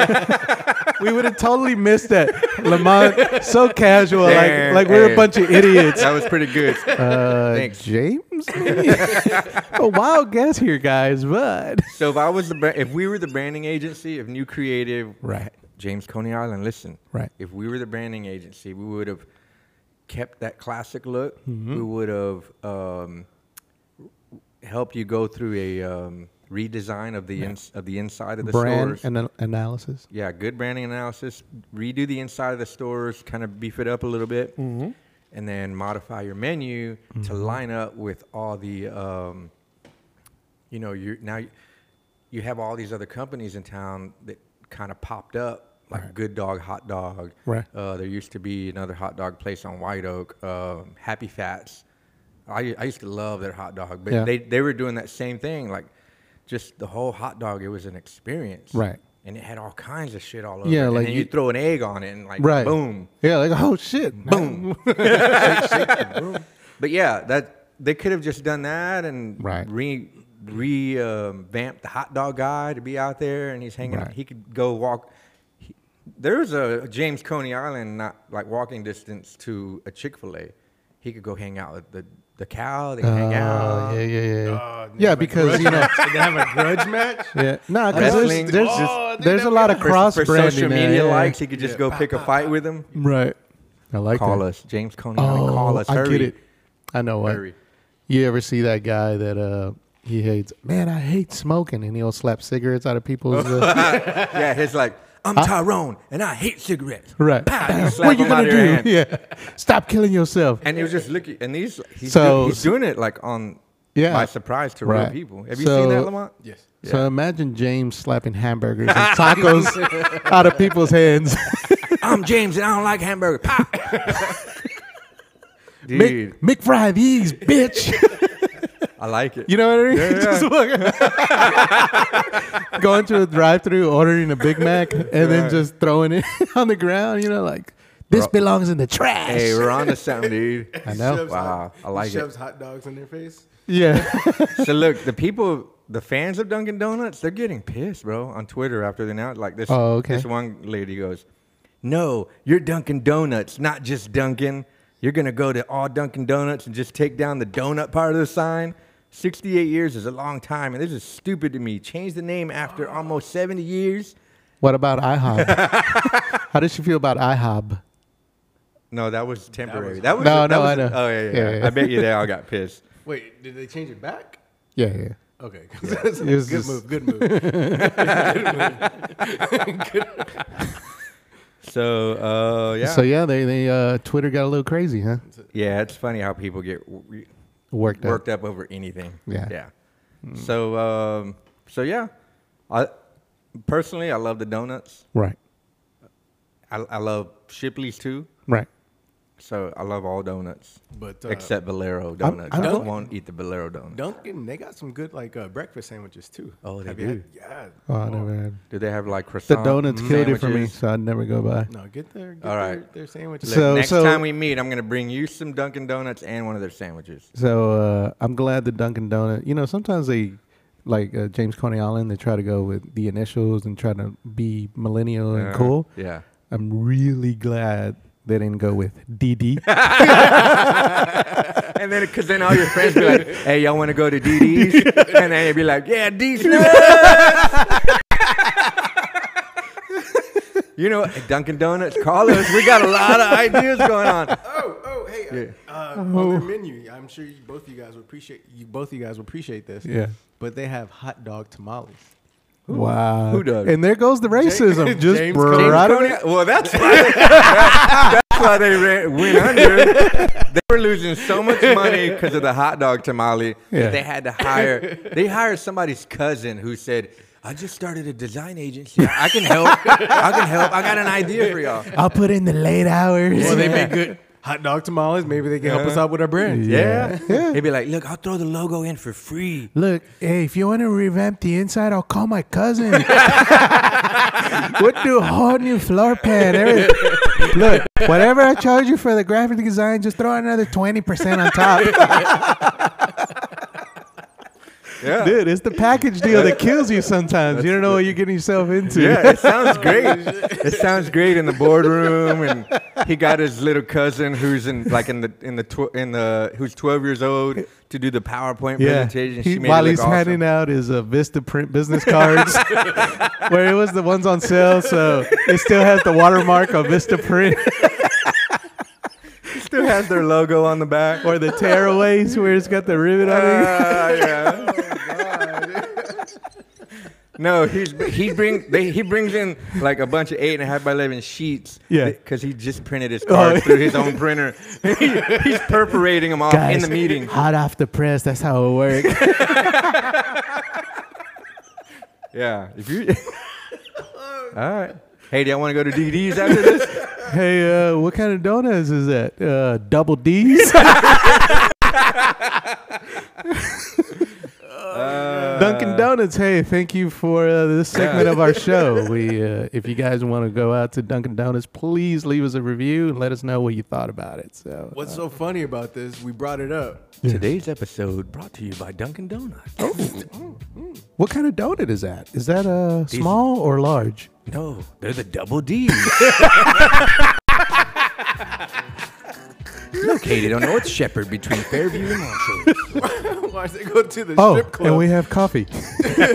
[SPEAKER 2] we would have totally missed that. Lamont, so casual,
[SPEAKER 1] There,
[SPEAKER 2] like like we're
[SPEAKER 1] hey.
[SPEAKER 2] a bunch of idiots.
[SPEAKER 1] That was pretty good.
[SPEAKER 2] Uh,
[SPEAKER 1] Thanks.
[SPEAKER 2] James, maybe? a wild guess here, guys, but
[SPEAKER 1] So if I was the bra- if we were the branding agency, if New Creative,
[SPEAKER 2] right,
[SPEAKER 1] James Coney Island, listen,
[SPEAKER 2] right,
[SPEAKER 1] if we were the branding agency, we would have kept that classic look.
[SPEAKER 2] Mm-hmm.
[SPEAKER 1] We would have um, helped you go through a um, redesign of the ins- of the inside of the
[SPEAKER 2] brand
[SPEAKER 1] stores.
[SPEAKER 2] and an analysis.
[SPEAKER 1] yeah, good branding analysis. Redo the inside of the stores, kind of beef it up a little bit,
[SPEAKER 2] Mm-hmm.
[SPEAKER 1] and then modify your menu to line up with all the, um, you know, you now you- you have all these other companies in town that kind of popped up, like Good Dog Hot Dog.
[SPEAKER 2] Right.
[SPEAKER 1] Uh, there used to be another hot dog place on White Oak, um, Happy Fats. I, I used to love their hot dog, but
[SPEAKER 2] Yeah.
[SPEAKER 1] they, they were doing that same thing, like just the whole hot dog. It was an experience,
[SPEAKER 2] Right.
[SPEAKER 1] and it had all kinds of shit all over.
[SPEAKER 2] Yeah,
[SPEAKER 1] it.
[SPEAKER 2] like
[SPEAKER 1] and then you,
[SPEAKER 2] you-
[SPEAKER 1] throw an egg on it, and like
[SPEAKER 2] Right.
[SPEAKER 1] boom,
[SPEAKER 2] Yeah, like oh shit,
[SPEAKER 1] boom. but yeah, that they could have just done that and
[SPEAKER 2] Right.
[SPEAKER 1] re re um, vamped the hot dog guy to be out there, and he's hanging. out.
[SPEAKER 2] Right.
[SPEAKER 1] He could go walk. he- There's a James Coney Island, not like walking distance to a Chick Fil A. He could go hang out with the the cow. They could hang
[SPEAKER 2] Uh,
[SPEAKER 1] out.
[SPEAKER 2] yeah, yeah, yeah, yeah.
[SPEAKER 4] Uh, they
[SPEAKER 2] yeah,
[SPEAKER 4] have a
[SPEAKER 2] because
[SPEAKER 4] grudge
[SPEAKER 2] you know,
[SPEAKER 4] match. they have a grudge match.
[SPEAKER 2] yeah, no, because
[SPEAKER 1] Wrestling.
[SPEAKER 2] there's there's,
[SPEAKER 4] Oh, I think
[SPEAKER 2] there's a
[SPEAKER 4] that-
[SPEAKER 2] lot of
[SPEAKER 1] For-
[SPEAKER 2] cross
[SPEAKER 1] for,
[SPEAKER 2] branding
[SPEAKER 1] social
[SPEAKER 2] there,
[SPEAKER 1] media
[SPEAKER 2] yeah.
[SPEAKER 1] likes, he could just
[SPEAKER 4] Yeah.
[SPEAKER 1] go pick a fight with him.
[SPEAKER 2] Right. I like
[SPEAKER 1] call
[SPEAKER 2] that.
[SPEAKER 1] us, James Coney Island. call us.
[SPEAKER 2] Oh, I
[SPEAKER 1] Hurry.
[SPEAKER 2] get it. I know what.
[SPEAKER 1] Hurry.
[SPEAKER 2] You ever see that guy that uh he hates? Man, I hate smoking, and he'll slap cigarettes out of people's. Uh,
[SPEAKER 1] Yeah, he's like, I'm Tyrone, and I hate cigarettes.
[SPEAKER 2] right.
[SPEAKER 1] Pow, you slap
[SPEAKER 2] what you
[SPEAKER 1] him out
[SPEAKER 2] gonna
[SPEAKER 1] of your
[SPEAKER 2] do?
[SPEAKER 1] hand.
[SPEAKER 2] Yeah. Stop killing yourself.
[SPEAKER 1] And he was just looking, and he's he's,
[SPEAKER 2] So-
[SPEAKER 1] do, he's doing it like on
[SPEAKER 2] Yeah.
[SPEAKER 1] by surprise to
[SPEAKER 2] Right.
[SPEAKER 1] real people. Have you
[SPEAKER 2] So-
[SPEAKER 1] seen that, Lamont?
[SPEAKER 4] Yes.
[SPEAKER 2] So imagine James slapping hamburgers and tacos out of people's hands.
[SPEAKER 1] I'm James, and I don't like hamburger. Pow. Dude,
[SPEAKER 2] Mc, McFry these, bitch.
[SPEAKER 1] I like it.
[SPEAKER 2] You know what I mean?
[SPEAKER 1] Yeah, yeah.
[SPEAKER 2] Just look- going to a drive-through, ordering a Big Mac, and then just throwing it on the ground. You know, like this
[SPEAKER 1] Bro.
[SPEAKER 2] belongs in the trash.
[SPEAKER 1] hey, we're on to something, dude.
[SPEAKER 2] I know.
[SPEAKER 4] Shoves
[SPEAKER 1] Wow,
[SPEAKER 4] hot-
[SPEAKER 1] I like
[SPEAKER 4] he shoves
[SPEAKER 1] it.
[SPEAKER 4] hot dogs in their face.
[SPEAKER 2] Yeah.
[SPEAKER 1] So look, the people, the fans of Dunkin' Donuts, they're getting pissed, bro, on Twitter after they announced. Like this,
[SPEAKER 2] Oh, okay.
[SPEAKER 1] this one lady goes, "No, you're Dunkin' Donuts, not just Dunkin'. You're gonna go to all Dunkin' Donuts and just take down the donut part of the sign." 68 years is a long time, and this is stupid to me. Change the name after almost 70 years.
[SPEAKER 2] What about IHOP? How does she feel about IHOP?
[SPEAKER 1] No, that was temporary. That was,
[SPEAKER 2] No,
[SPEAKER 1] that
[SPEAKER 2] no,
[SPEAKER 1] was-
[SPEAKER 2] I know.
[SPEAKER 1] Oh yeah, yeah.
[SPEAKER 2] Yeah,
[SPEAKER 1] yeah.
[SPEAKER 2] yeah.
[SPEAKER 1] I bet you they all got pissed.
[SPEAKER 4] Wait, did they change it back?
[SPEAKER 2] Yeah, yeah.
[SPEAKER 4] Okay,
[SPEAKER 2] It
[SPEAKER 4] good
[SPEAKER 2] was just-
[SPEAKER 4] move. Good move. Good move. Good-
[SPEAKER 1] So uh, yeah,
[SPEAKER 2] So yeah, they they uh, Twitter got a little crazy, huh?
[SPEAKER 1] yeah. It's funny how people get w-
[SPEAKER 2] Worked,
[SPEAKER 1] worked up over anything.
[SPEAKER 2] Yeah. Hmm.
[SPEAKER 1] yeah. So um, so yeah, I personally I love the donuts.
[SPEAKER 2] up. Right,
[SPEAKER 1] I, I love Shipley's too.
[SPEAKER 2] right.
[SPEAKER 1] So I love all donuts
[SPEAKER 4] But uh,
[SPEAKER 1] except Bolero donuts. I,
[SPEAKER 2] I'm
[SPEAKER 1] don't
[SPEAKER 4] going-
[SPEAKER 1] want to eat the Bolero donut.
[SPEAKER 4] Dunkin', they got some good like uh, breakfast sandwiches too.
[SPEAKER 1] Oh, they
[SPEAKER 4] you
[SPEAKER 1] do.
[SPEAKER 4] had- yeah.
[SPEAKER 2] Oh, I
[SPEAKER 4] come on.
[SPEAKER 2] never had.
[SPEAKER 1] Do they have like croissant?
[SPEAKER 2] The donuts killed it for me,
[SPEAKER 1] sandwiches?
[SPEAKER 2] so I'd never go by.
[SPEAKER 4] No, get their get
[SPEAKER 1] All
[SPEAKER 4] their,
[SPEAKER 1] right.
[SPEAKER 4] their sandwiches.
[SPEAKER 1] Look,
[SPEAKER 2] So-
[SPEAKER 1] next time we meet, I'm gonna bring you some Dunkin' Donuts and one of their sandwiches.
[SPEAKER 2] So uh, I'm glad the Dunkin' Donut. You know, sometimes they, like uh, James Coney Island, they try to go with the initials and try to be millennial and
[SPEAKER 1] Uh,
[SPEAKER 2] cool.
[SPEAKER 1] Yeah.
[SPEAKER 2] I'm really glad they didn't go with DD.
[SPEAKER 1] And then, because then all your friends be like, hey, y'all want to go to DD's? and then you'd be like, yeah, D's nuts. you know, at Dunkin' Donuts, call us. We got a lot of ideas going on.
[SPEAKER 4] Oh, oh, hey, uh, uh, on their menu, I'm sure you, both of you guys would appreciate you. Both of you guys would appreciate this.
[SPEAKER 2] Yeah.
[SPEAKER 4] But they have hot dog tamales.
[SPEAKER 2] Wow.
[SPEAKER 1] Who does?
[SPEAKER 2] And there goes the racism. Just
[SPEAKER 4] James
[SPEAKER 2] bro-
[SPEAKER 4] Coney-
[SPEAKER 2] right
[SPEAKER 1] Coney-
[SPEAKER 2] away.
[SPEAKER 1] well, that's why, that's why they ran, went under. They were losing so much money because of the hot dog tamale
[SPEAKER 2] Yeah.
[SPEAKER 1] that they had to hire. They hired somebody's cousin who said, "I just started a design agency. I can help. I can help. I got an idea for y'all."
[SPEAKER 2] I'll put in the late hours.
[SPEAKER 4] Well, they make good hot dog tamales. Maybe they can help us out with our brand.
[SPEAKER 1] Yeah. They'd be like, "Look, I'll throw the logo in for free."
[SPEAKER 2] Look, hey, if you want to revamp the inside, I'll call my cousin. we'll do a whole new floor plan. Everything. Look, whatever I charge you for the graphic design, just throw another 20% on top.
[SPEAKER 1] Yeah.
[SPEAKER 2] Dude, it's the package deal that kills you sometimes. you don't know what you're getting yourself into.
[SPEAKER 1] Yeah, it sounds great. it sounds great in the boardroom, and he got his little cousin who's in like in the in the tw- in the who's twelve years old to do the PowerPoint
[SPEAKER 2] Yeah,
[SPEAKER 1] presentation.
[SPEAKER 2] He-
[SPEAKER 1] She made
[SPEAKER 2] while
[SPEAKER 1] it
[SPEAKER 2] he's
[SPEAKER 1] look
[SPEAKER 2] handing out his uh, Vista print business cards, where it was the ones on sale, so it still has the watermark of Vista print
[SPEAKER 1] awesome. still has their logo on the back.
[SPEAKER 2] or the tearaways where it's got the ribbon on it.
[SPEAKER 1] Ah, yeah. No, he's he brings they, he brings in like a bunch of eight and a half by eleven sheets.
[SPEAKER 2] Yeah. Oh.
[SPEAKER 1] because he just printed his cards through his own printer. He- he's perforating them all in the meeting.
[SPEAKER 2] hot off the press. That's how it works.
[SPEAKER 1] Yeah. If you. All right. Hey, do y'all want to go to DD's after this?
[SPEAKER 2] hey, uh, what kind of donuts is that? Uh, double D's. Uh, Dunkin' Donuts. Hey, thank you for uh, this segment of our show. We, uh, if you guys want to go out to Dunkin' Donuts, please leave us a review and let us know what you thought about it. So,
[SPEAKER 4] What's so funny about this? We brought it up.
[SPEAKER 1] Today's episode brought to you by Dunkin' Donuts.
[SPEAKER 2] what kind of donut is that? Is that uh, small or large?
[SPEAKER 1] No, they're the double D's. Located on North Shepherd between Fairview and Montrose.
[SPEAKER 4] Why did they go to the
[SPEAKER 2] Oh,
[SPEAKER 4] strip club?
[SPEAKER 2] and we have coffee. to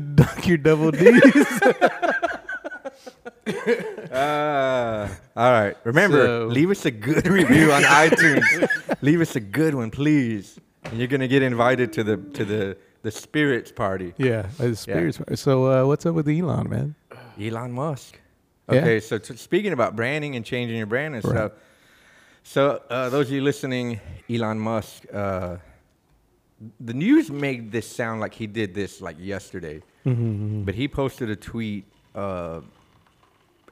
[SPEAKER 2] dunk your double D's.
[SPEAKER 1] Uh, all right. Remember,
[SPEAKER 2] So-
[SPEAKER 1] leave us a good review on iTunes. leave us a good one, please. And you're gonna get invited to the to the the spirits party.
[SPEAKER 2] Yeah, it's spirits. So uh, what's up with Elon, man?
[SPEAKER 1] Elon Musk.
[SPEAKER 2] Yeah.
[SPEAKER 1] Okay, so t- speaking about branding and changing your brand and
[SPEAKER 2] Right.
[SPEAKER 1] stuff. So uh, those of you listening, Elon Musk, uh, the news made this sound like he did this like yesterday,
[SPEAKER 2] Mm-hmm,
[SPEAKER 1] but he posted a tweet uh,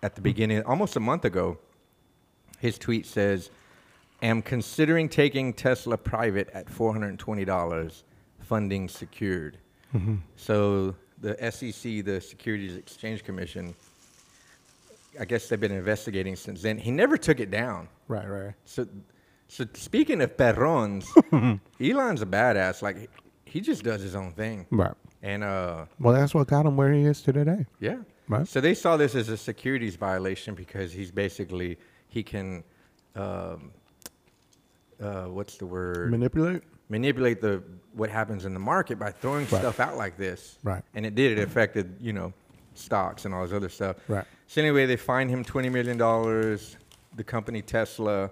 [SPEAKER 1] at the beginning, almost a month ago. His tweet says, "Am considering taking Tesla private at four hundred and twenty dollars, funding secured." So the SEC, the Securities Exchange Commission, I guess they've been investigating since then. He never took it down.
[SPEAKER 2] Right, right.
[SPEAKER 1] So, so speaking of perrons, Elon's a badass. Like he just does his own thing.
[SPEAKER 2] Right.
[SPEAKER 1] And uh,
[SPEAKER 2] Well, that's what got him where he is to today.
[SPEAKER 1] yeah.
[SPEAKER 2] Right.
[SPEAKER 1] So they saw this as a securities violation because he's basically he can um, uh, what's the word?
[SPEAKER 2] Manipulate.
[SPEAKER 1] manipulate the what happens in the market by throwing stuff out like this.
[SPEAKER 2] Right.
[SPEAKER 1] And it did. It affected you know stocks and all this other stuff.
[SPEAKER 2] Right.
[SPEAKER 1] So anyway, they fined him twenty million dollars. The company Tesla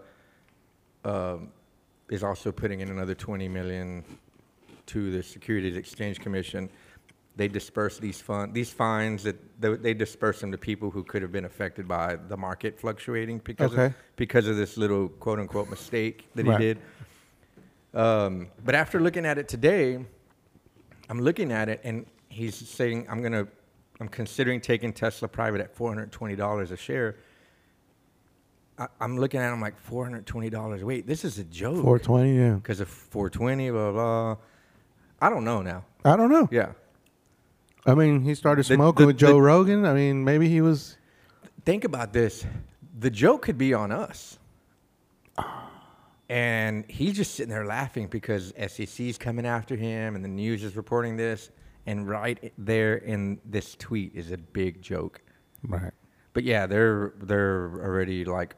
[SPEAKER 1] um, is also putting in another twenty million to the Securities Exchange Commission. They disperse these fund these fines that they, they disperse them to people who could have been affected by the market fluctuating because of,
[SPEAKER 2] Okay.
[SPEAKER 1] because of this little quote unquote mistake that
[SPEAKER 2] Right.
[SPEAKER 1] he did. Um, but after looking at it today, I'm looking at it and he's saying I'm gonna, I'm considering taking Tesla private at $420 a share. I, I'm looking at him like $420. Wait, this is a
[SPEAKER 2] Four
[SPEAKER 1] joke.
[SPEAKER 2] twenty. Yeah.
[SPEAKER 1] Because of 420, blah blah. I don't know now.
[SPEAKER 2] I don't know.
[SPEAKER 1] Yeah.
[SPEAKER 2] I mean, he started
[SPEAKER 1] The-
[SPEAKER 2] smoking
[SPEAKER 1] the-
[SPEAKER 2] with Joe
[SPEAKER 1] the-
[SPEAKER 2] Rogan. I mean, maybe he was.
[SPEAKER 1] think about this the joke could be on us and he's just sitting there laughing because sec's coming after him and the news is reporting this and right there in this tweet is a big joke
[SPEAKER 2] Right.
[SPEAKER 1] but yeah they're they're already like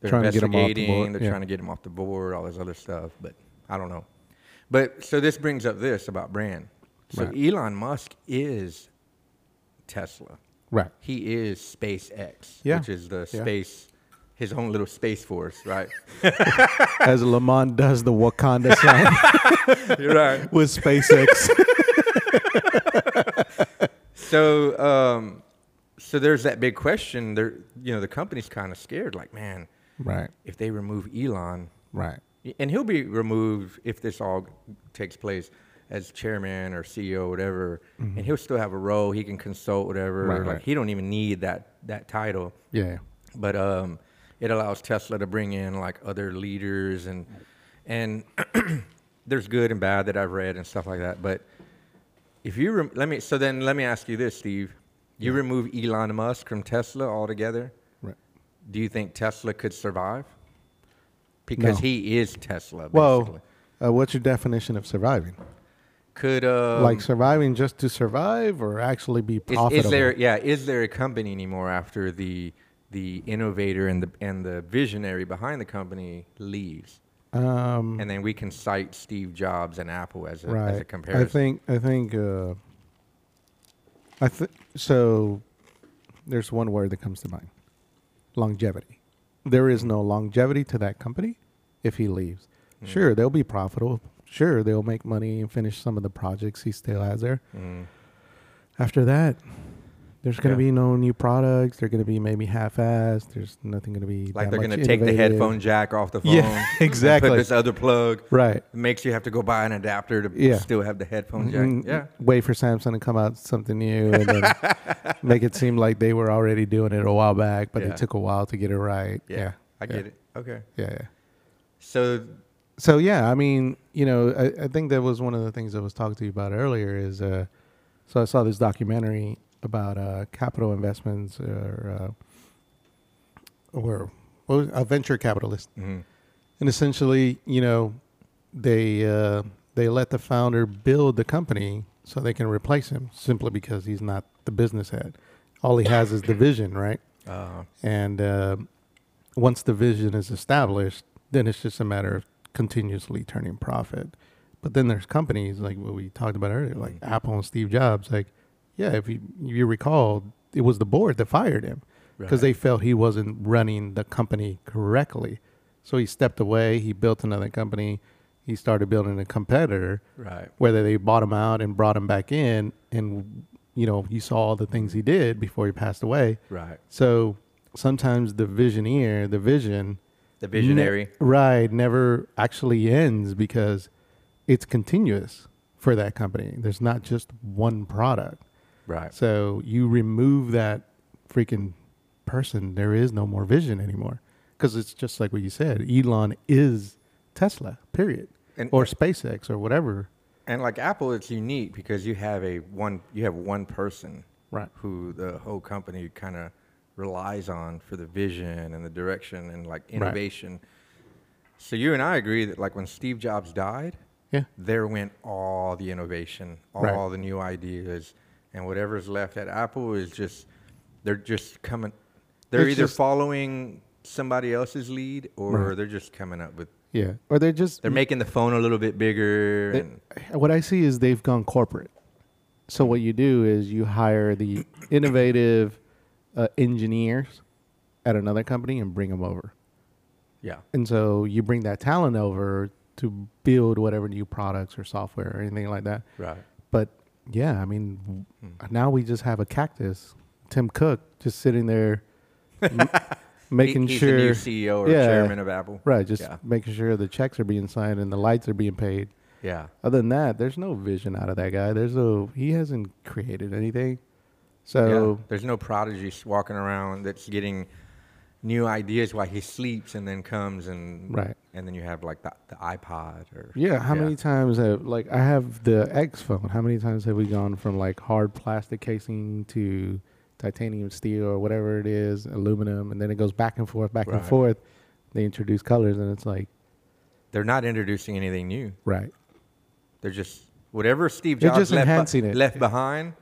[SPEAKER 1] they're
[SPEAKER 2] Trying to get 'em off the
[SPEAKER 1] investigating
[SPEAKER 2] board,
[SPEAKER 1] they're
[SPEAKER 2] yeah.
[SPEAKER 1] trying to get him off the board all this other stuff but i don't know but so this brings up this about brand so
[SPEAKER 2] Right.
[SPEAKER 1] elon musk is tesla
[SPEAKER 2] Right.
[SPEAKER 1] he is SpaceX,
[SPEAKER 2] Yeah.
[SPEAKER 1] which is the
[SPEAKER 2] Yeah.
[SPEAKER 1] space, his own little space force, right?
[SPEAKER 2] As Lamont does the Wakanda sign
[SPEAKER 1] You're right.
[SPEAKER 2] with SpaceX.
[SPEAKER 1] So, um, so there's that big question. There, you know, the company's kind of scared. Like, man,
[SPEAKER 2] right.
[SPEAKER 1] if they remove Elon,
[SPEAKER 2] Right.
[SPEAKER 1] and he'll be removed if this all takes place as chairman or CEO, whatever, and he'll still have a role. He can consult whatever.
[SPEAKER 2] Mm-hmm. Right,
[SPEAKER 1] like,
[SPEAKER 2] right.
[SPEAKER 1] he don't even need that that title.
[SPEAKER 2] Yeah.
[SPEAKER 1] but um, it allows Tesla to bring in like other leaders and and there's good and bad that I've read and stuff like that. But if you rem- let me, so then let me ask you this, Steve: You remove Elon Musk from Tesla altogether,
[SPEAKER 2] Right.
[SPEAKER 1] do you think Tesla could survive? Because
[SPEAKER 2] No.
[SPEAKER 1] he is Tesla.
[SPEAKER 2] Well,
[SPEAKER 1] basically.
[SPEAKER 2] uh, what's your definition of surviving?
[SPEAKER 1] could um,
[SPEAKER 2] like surviving just to survive, or actually be
[SPEAKER 1] Is,
[SPEAKER 2] profitable?
[SPEAKER 1] is there yeah? Is there a company anymore after the the innovator and the and the visionary behind the company leaves?
[SPEAKER 2] Um,
[SPEAKER 1] and then we can cite Steve Jobs and Apple as a,
[SPEAKER 2] right.
[SPEAKER 1] as a comparison.
[SPEAKER 2] I think. I think. Uh, I think so. There's one word that comes to mind: longevity. There is no longevity to that company if he leaves.
[SPEAKER 1] Mm.
[SPEAKER 2] Sure, they'll be profitable. Sure, they'll make money and finish some of the projects he still has there.
[SPEAKER 1] Mm.
[SPEAKER 2] After that, there's going
[SPEAKER 1] Yeah.
[SPEAKER 2] to be no new products. They're going to be maybe half-assed. There's nothing going to be
[SPEAKER 1] like
[SPEAKER 2] that
[SPEAKER 1] they're
[SPEAKER 2] much
[SPEAKER 1] going to take the
[SPEAKER 2] innovative.
[SPEAKER 1] headphone jack off the phone.
[SPEAKER 2] Yeah,
[SPEAKER 1] and
[SPEAKER 2] exactly.
[SPEAKER 1] put this other plug.
[SPEAKER 2] Right.
[SPEAKER 1] It makes you have to go buy an adapter to
[SPEAKER 2] Yeah.
[SPEAKER 1] still have the headphone jack.
[SPEAKER 2] Mm,
[SPEAKER 1] Yeah.
[SPEAKER 2] Wait for Samsung to come out with something new and then make it seem like they were already doing it a while back, but
[SPEAKER 1] Yeah.
[SPEAKER 2] it took a while to get it right.
[SPEAKER 1] Yeah.
[SPEAKER 2] Yeah.
[SPEAKER 1] I
[SPEAKER 2] yeah,
[SPEAKER 1] get it. Okay.
[SPEAKER 2] Yeah. yeah.
[SPEAKER 1] So
[SPEAKER 2] So yeah, I mean, you know, I, I think that was one of the things I was talking to you about earlier is uh so I saw this documentary about uh capital investments or uh or what was, a venture capitalist
[SPEAKER 1] mhm.
[SPEAKER 2] and essentially, you know, they uh, they let the founder build the company so they can replace him simply because he's not the business head. All he has is the vision, right?
[SPEAKER 1] uh,
[SPEAKER 2] And uh, once the vision is established, then it's just a matter of continuously turning profit. But then there's companies like what we talked about earlier, like
[SPEAKER 1] Mm-hmm.
[SPEAKER 2] Apple and Steve Jobs. Like, yeah, if you, you recall, it was the board that fired him because they felt he wasn't running the company correctly. So he stepped away. He built another company. He started building a competitor
[SPEAKER 1] right.
[SPEAKER 2] whether they bought him out and brought him back in and you know you saw all the things he did before he passed away
[SPEAKER 1] Right.
[SPEAKER 2] so sometimes the visioneer the vision
[SPEAKER 1] The visionary.
[SPEAKER 2] ne- right never actually ends because it's continuous for that company there's not just one product
[SPEAKER 1] Right.
[SPEAKER 2] so you remove that freaking person there is no more vision anymore because it's just like what you said elon is tesla period
[SPEAKER 1] And-
[SPEAKER 2] or spacex or whatever
[SPEAKER 1] And like Apple, it's unique because you have a one you have one person
[SPEAKER 2] Right.
[SPEAKER 1] who the whole company kind of relies on for the vision and the direction and like innovation. So you and I agree that like when Steve Jobs died,
[SPEAKER 2] Yeah.
[SPEAKER 1] there went all the innovation, all
[SPEAKER 2] Right.
[SPEAKER 1] the new ideas, and whatever's left at Apple is just they're just coming. They're
[SPEAKER 2] It's
[SPEAKER 1] either
[SPEAKER 2] just-
[SPEAKER 1] following somebody else's lead or
[SPEAKER 2] Right.
[SPEAKER 1] they're just coming up with
[SPEAKER 2] Yeah. Or they're just
[SPEAKER 1] They're making the phone a little bit bigger.
[SPEAKER 2] They-
[SPEAKER 1] and
[SPEAKER 2] what I see is they've gone corporate. So what you do is you hire the innovative uh, engineers at another company and bring them over.
[SPEAKER 1] yeah.
[SPEAKER 2] And so you bring that talent over to build whatever new products or software or anything like that.
[SPEAKER 1] Right. Hmm.
[SPEAKER 2] But yeah, I mean, w- now we just have a cactus, Tim Cook, just sitting there m- making
[SPEAKER 1] He- he's
[SPEAKER 2] sure.
[SPEAKER 1] the new CEO or
[SPEAKER 2] Yeah.
[SPEAKER 1] chairman of Apple.
[SPEAKER 2] Right, just
[SPEAKER 1] Yeah.
[SPEAKER 2] making sure the checks are being signed and the lights are being paid.
[SPEAKER 1] Yeah.
[SPEAKER 2] Other than that, there's no vision out of that guy. There's no he hasn't created anything. So
[SPEAKER 1] yeah. There's no prodigy s- walking around that's getting new ideas while he sleeps and then comes and
[SPEAKER 2] Right.
[SPEAKER 1] And then you have like the, the iPod or
[SPEAKER 2] yeah, how many times have like I have the X phone? How many times have we gone from like hard plastic casing to titanium steel or whatever it is, aluminum, and then it goes back and forth, back
[SPEAKER 1] Right.
[SPEAKER 2] and forth. They introduce colors, and it's like
[SPEAKER 1] They're not introducing anything new.
[SPEAKER 2] right,
[SPEAKER 1] They're just whatever Steve
[SPEAKER 2] They're
[SPEAKER 1] Jobs
[SPEAKER 2] just
[SPEAKER 1] left, be-
[SPEAKER 2] enhancing it.
[SPEAKER 1] left behind.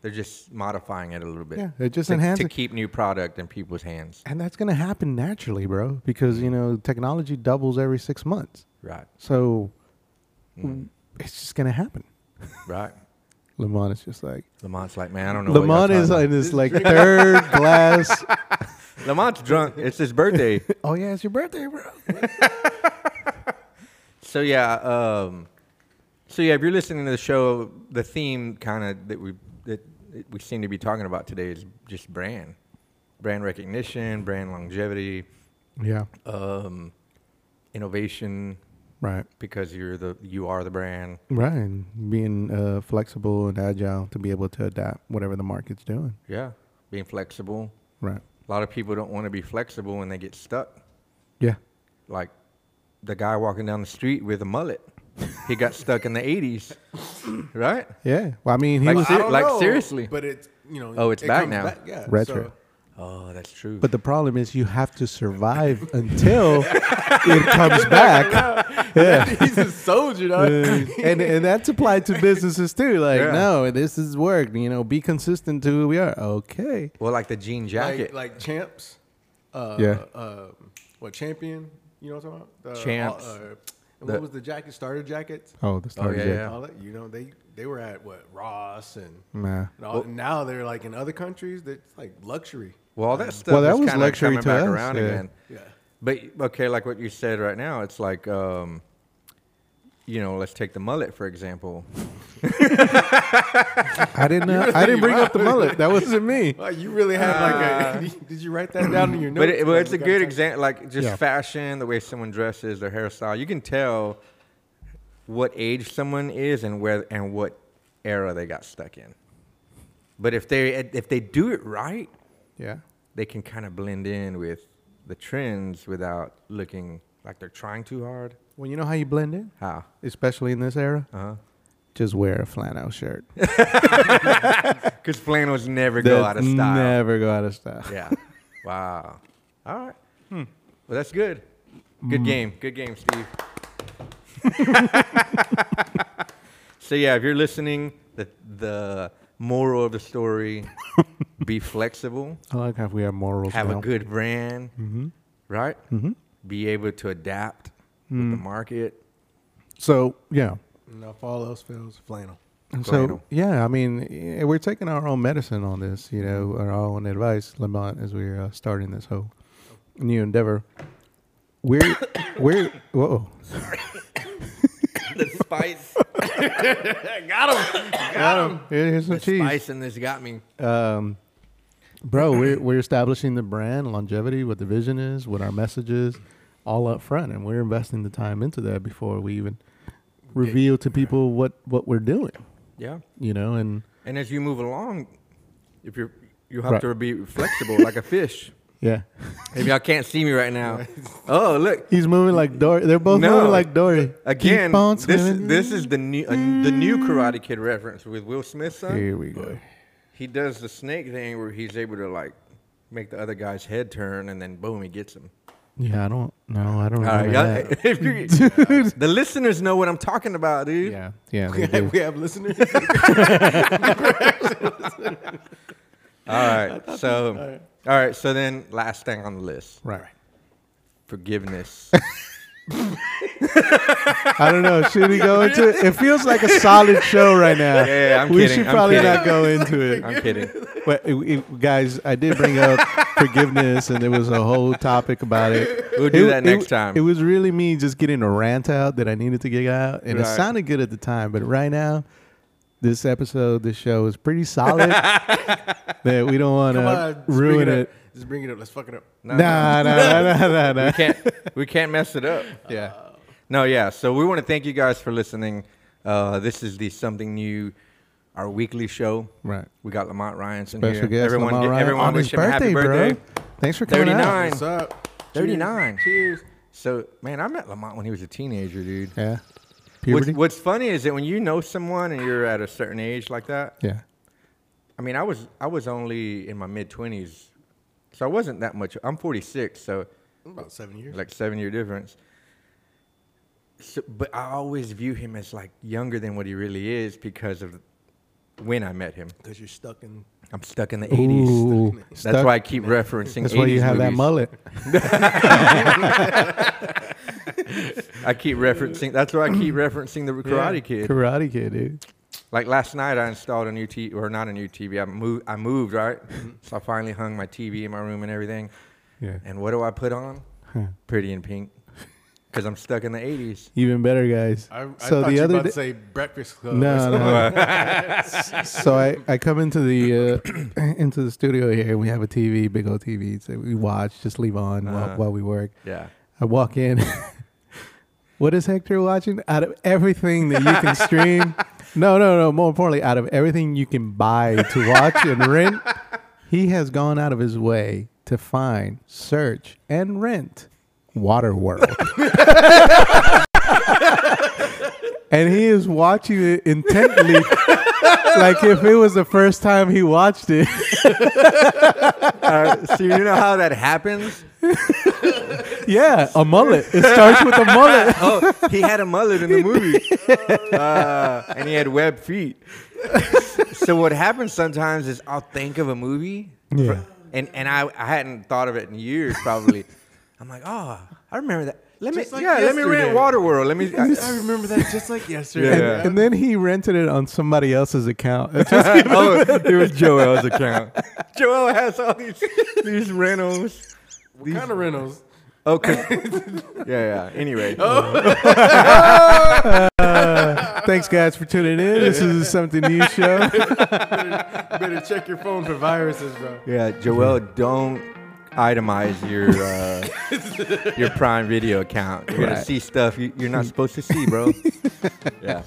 [SPEAKER 1] They're just modifying it a little bit.
[SPEAKER 2] Yeah, they're just
[SPEAKER 1] to,
[SPEAKER 2] enhancing-
[SPEAKER 1] to keep new product in people's hands.
[SPEAKER 2] and that's gonna happen naturally, bro, because you know technology doubles every six months,
[SPEAKER 1] Right.
[SPEAKER 2] so Mm. it's just gonna happen.
[SPEAKER 1] Right.
[SPEAKER 2] Lamont is just like
[SPEAKER 1] Lamont's like, man, I don't know. what y'all
[SPEAKER 2] Lamont is
[SPEAKER 1] talking
[SPEAKER 2] in his like third glass.
[SPEAKER 1] about." Lamont's drunk. It's his birthday.
[SPEAKER 2] Oh yeah, it's your birthday, bro.
[SPEAKER 1] So yeah, um, so yeah, if you're listening to the show, the theme kind of that we that we seem to be talking about today is just brand, brand recognition, brand longevity,
[SPEAKER 2] Yeah,
[SPEAKER 1] um, innovation,
[SPEAKER 2] right,
[SPEAKER 1] because you're the you are the brand,
[SPEAKER 2] right. And being uh, flexible and agile to be able to adapt whatever the market's doing.
[SPEAKER 1] yeah, being flexible.
[SPEAKER 2] Right.
[SPEAKER 1] A lot of people don't want to be flexible when they get stuck.
[SPEAKER 2] Yeah.
[SPEAKER 1] Like the guy walking down the street with a mullet, he got stuck in the '80s, right?
[SPEAKER 2] Yeah. Well, I mean, he
[SPEAKER 1] Like
[SPEAKER 2] was.
[SPEAKER 1] ser-
[SPEAKER 4] I don't
[SPEAKER 1] like,
[SPEAKER 4] know,
[SPEAKER 1] seriously.
[SPEAKER 4] But it's you know.
[SPEAKER 1] Oh, it's
[SPEAKER 4] it
[SPEAKER 1] back
[SPEAKER 4] comes
[SPEAKER 1] now.
[SPEAKER 4] yeah.
[SPEAKER 2] Retro.
[SPEAKER 4] so-
[SPEAKER 1] Oh, that's true.
[SPEAKER 2] But the problem is, you have to survive until it comes back,
[SPEAKER 4] He's a soldier, dog.
[SPEAKER 2] Uh, and and that's applied to businesses too. Like,
[SPEAKER 1] Yeah.
[SPEAKER 2] no, this is work. You know, be consistent to who we are. Okay.
[SPEAKER 1] well, like the jean jacket.
[SPEAKER 4] like, like champs. Uh,
[SPEAKER 2] Yeah.
[SPEAKER 4] Uh, what champion? You know what I'm talking about? The-
[SPEAKER 1] Champs.
[SPEAKER 4] Uh, and
[SPEAKER 1] The-
[SPEAKER 4] what was the jacket? Starter jackets.
[SPEAKER 2] Oh,
[SPEAKER 1] oh
[SPEAKER 2] the starter
[SPEAKER 1] yeah,
[SPEAKER 2] jacket.
[SPEAKER 1] yeah.
[SPEAKER 4] All that. You know they they were at what Ross and.
[SPEAKER 2] Nah.
[SPEAKER 4] and all, now they're like in other countries. That's like luxury.
[SPEAKER 1] Well, all that stuff
[SPEAKER 2] that
[SPEAKER 1] is
[SPEAKER 2] was
[SPEAKER 1] kinda
[SPEAKER 2] luxury
[SPEAKER 1] coming
[SPEAKER 2] to
[SPEAKER 1] back
[SPEAKER 2] us,
[SPEAKER 1] around
[SPEAKER 2] yeah.
[SPEAKER 1] again.
[SPEAKER 4] Yeah.
[SPEAKER 1] But okay, like what you said right now, it's like, um, you know, let's take the mullet for example.
[SPEAKER 2] I didn't. Uh, I didn't bring up the mullet. That wasn't me.
[SPEAKER 4] Wow, you really had like a. Did you write that down in your notes?
[SPEAKER 1] Uh, but it, well, it's a
[SPEAKER 4] Like, we
[SPEAKER 1] good
[SPEAKER 4] gotta
[SPEAKER 1] example, like just
[SPEAKER 2] Yeah.
[SPEAKER 1] fashion, the way someone dresses, their hairstyle. You can tell what age someone is and where and what era they got stuck in. But if they if they do it right,
[SPEAKER 2] Yeah.
[SPEAKER 1] they can kind of blend in with the trends without looking like they're trying too hard.
[SPEAKER 2] Well, you know how you blend in,
[SPEAKER 1] How?
[SPEAKER 2] especially in this era.
[SPEAKER 1] Uh huh.
[SPEAKER 2] Just wear a flannel shirt.
[SPEAKER 1] Because flannels never go
[SPEAKER 2] That
[SPEAKER 1] out of style.
[SPEAKER 2] Never go out of style.
[SPEAKER 1] Yeah. wow. All right. Hmm. Well, that's good. Good game. Good game, Steve. so yeah, if you're listening, the the moral of the story: be flexible,
[SPEAKER 2] I like how we have morals.
[SPEAKER 1] have
[SPEAKER 2] now.
[SPEAKER 1] a good brand, right? Be able to adapt with the market.
[SPEAKER 2] So yeah.
[SPEAKER 4] No, if all else fails, flannel.
[SPEAKER 2] And
[SPEAKER 1] Flannel.
[SPEAKER 2] So yeah, I mean, eh, we're taking our own medicine on this, you know,
[SPEAKER 1] Mm-hmm.
[SPEAKER 2] our own advice, Lamont, as we're uh, starting this whole new endeavor. We're we're whoa.
[SPEAKER 1] The spice,
[SPEAKER 2] Here- Here's some cheese.
[SPEAKER 1] spice in this got me.
[SPEAKER 2] um, bro, we're, we're establishing the brand longevity, what the vision is, what our message is, all up front, and we're investing the time into that before we even reveal to people what what we're doing,
[SPEAKER 1] Yeah.
[SPEAKER 2] you know. And
[SPEAKER 1] And as you move along, if you're you have
[SPEAKER 2] Right.
[SPEAKER 1] to be flexible like a fish.
[SPEAKER 2] yeah,
[SPEAKER 1] If y'all can't see me right now, oh look,
[SPEAKER 2] he's moving like Dory. They're both
[SPEAKER 1] No.
[SPEAKER 2] moving like Dory.
[SPEAKER 1] Again,
[SPEAKER 2] Keep on
[SPEAKER 1] this
[SPEAKER 2] swimming.
[SPEAKER 1] this is the new uh, the new Karate Kid reference with Will Smith. Son.
[SPEAKER 2] Here we go.
[SPEAKER 1] He does the snake thing where he's able to like make the other guy's head turn, and then boom, he gets him.
[SPEAKER 2] Yeah, I don't. No, I don't
[SPEAKER 1] All right,
[SPEAKER 2] remember
[SPEAKER 1] y'all,
[SPEAKER 2] that.
[SPEAKER 1] if you, the listeners know what I'm talking about, dude.
[SPEAKER 2] Yeah, yeah.
[SPEAKER 4] We
[SPEAKER 2] they do.
[SPEAKER 4] have, we have listeners.
[SPEAKER 1] All right, so all right. so then last thing on the list,
[SPEAKER 2] Right.
[SPEAKER 1] forgiveness.
[SPEAKER 2] I don't know. Should we go into it? It feels like a solid show right now.
[SPEAKER 1] Yeah, yeah, I'm
[SPEAKER 2] we
[SPEAKER 1] kidding,
[SPEAKER 2] should
[SPEAKER 1] I'm
[SPEAKER 2] probably
[SPEAKER 1] kidding.
[SPEAKER 2] not go into it.
[SPEAKER 1] I'm kidding.
[SPEAKER 2] But it- it- guys, I did bring up forgiveness, and there was a whole topic about it.
[SPEAKER 1] We'll do
[SPEAKER 2] It-
[SPEAKER 1] that
[SPEAKER 2] it-
[SPEAKER 1] next time.
[SPEAKER 2] It was really me just getting a rant out that I needed to get out, and it
[SPEAKER 1] Right.
[SPEAKER 2] sounded good at the time. But right now, this episode, this show is pretty solid. that we don't want
[SPEAKER 4] Come
[SPEAKER 2] to
[SPEAKER 4] on, just bring
[SPEAKER 2] ruin
[SPEAKER 4] it.
[SPEAKER 2] it.
[SPEAKER 4] Up. Just bring it up. Let's fuck it up.
[SPEAKER 1] No, no,
[SPEAKER 2] Nah, nah, nah, nah, nah, nah.
[SPEAKER 1] we can't. We can't mess it up.
[SPEAKER 2] Yeah.
[SPEAKER 1] No, yeah. So we want to thank you guys for listening. Uh, this is the something new, our weekly show.
[SPEAKER 2] Right.
[SPEAKER 1] We got Lamont Ryanson
[SPEAKER 2] Special
[SPEAKER 1] here.
[SPEAKER 2] guest
[SPEAKER 1] everyone,
[SPEAKER 2] Lamont
[SPEAKER 1] gi-
[SPEAKER 2] Ryan
[SPEAKER 1] everyone
[SPEAKER 2] on
[SPEAKER 1] wish
[SPEAKER 2] his
[SPEAKER 1] him a
[SPEAKER 2] birthday,
[SPEAKER 1] happy birthday.
[SPEAKER 2] bro. Thanks for coming out.
[SPEAKER 1] 39.
[SPEAKER 4] What's up?
[SPEAKER 1] 39.
[SPEAKER 4] Cheers.
[SPEAKER 1] So, man, I met Lamont when he was a teenager, dude.
[SPEAKER 2] Yeah.
[SPEAKER 1] What's,
[SPEAKER 2] Puberty.
[SPEAKER 1] what's funny is that when you know someone and you're at a certain age like that,
[SPEAKER 2] Yeah.
[SPEAKER 1] I mean, I was I was only in my mid 20s, so I wasn't that much. I'm 46, so
[SPEAKER 4] About seven years.
[SPEAKER 1] like seven year difference. So, but I always view him as like younger than what he really is because of when I met him.
[SPEAKER 4] Because you're stuck in.
[SPEAKER 1] I'm stuck in the 80s.
[SPEAKER 2] Ooh,
[SPEAKER 1] That's
[SPEAKER 2] stuck-
[SPEAKER 1] why I keep referencing.
[SPEAKER 2] That's why you
[SPEAKER 1] 80s
[SPEAKER 2] have that
[SPEAKER 1] movies.
[SPEAKER 2] mullet.
[SPEAKER 1] I keep referencing. That's why I keep referencing the Karate Kid.
[SPEAKER 2] Karate Kid, dude.
[SPEAKER 1] Like last night, I installed a new TV, or not a new TV. I moved. I moved right, so I finally hung my TV in my room and everything.
[SPEAKER 2] Yeah.
[SPEAKER 1] And what do I put on? Pretty in Pink, because I'm stuck in the '80s.
[SPEAKER 2] Even better, guys.
[SPEAKER 4] I, I
[SPEAKER 2] so
[SPEAKER 4] thought
[SPEAKER 2] the
[SPEAKER 4] you were
[SPEAKER 2] other
[SPEAKER 4] about
[SPEAKER 2] day,
[SPEAKER 4] to say Breakfast Club. or
[SPEAKER 2] no,
[SPEAKER 4] something.
[SPEAKER 2] no. so I, I come into the uh, into the studio here. We have a TV, big old TV that we watch, just leave on
[SPEAKER 1] Uh-huh.
[SPEAKER 2] while, while we work.
[SPEAKER 1] Yeah.
[SPEAKER 2] I walk in. what is Hector watching? Out of everything that you can stream, no, no, no. More importantly, out of everything you can buy to watch and rent, he has gone out of his way to find, search, and rent Waterworld. and he is watching it intently, like if it was the first time he watched it.
[SPEAKER 1] Uh, so you know how that happens?
[SPEAKER 2] yeah, a mullet. It starts with a mullet.
[SPEAKER 1] Oh, he had a mullet in the movie, uh, and he had web feet. so what happens sometimes is I'll think of a movie,
[SPEAKER 2] Yeah.
[SPEAKER 1] and and I, I hadn't thought of it in years probably. I'm like, oh, I remember that. Let me,
[SPEAKER 4] Just like
[SPEAKER 1] yeah, let me rent
[SPEAKER 4] yesterday.
[SPEAKER 1] Waterworld. Let me. I-
[SPEAKER 4] I remember that just like yesterday.
[SPEAKER 2] And,
[SPEAKER 1] Yeah.
[SPEAKER 2] and then he rented it on somebody else's account. That's just-
[SPEAKER 1] oh, it was Joel's account. Joel has all these these rentals.
[SPEAKER 4] What kind of rentals?
[SPEAKER 1] Okay. yeah, yeah. Anyway,
[SPEAKER 2] Thanks, guys, for tuning in. This is something new show.
[SPEAKER 4] Better check your phone for viruses, bro.
[SPEAKER 1] yeah, Joel, don't itemize your uh, your Prime Video account. You're gonna
[SPEAKER 2] Right.
[SPEAKER 1] see stuff you, you're not supposed to see, bro. yeah.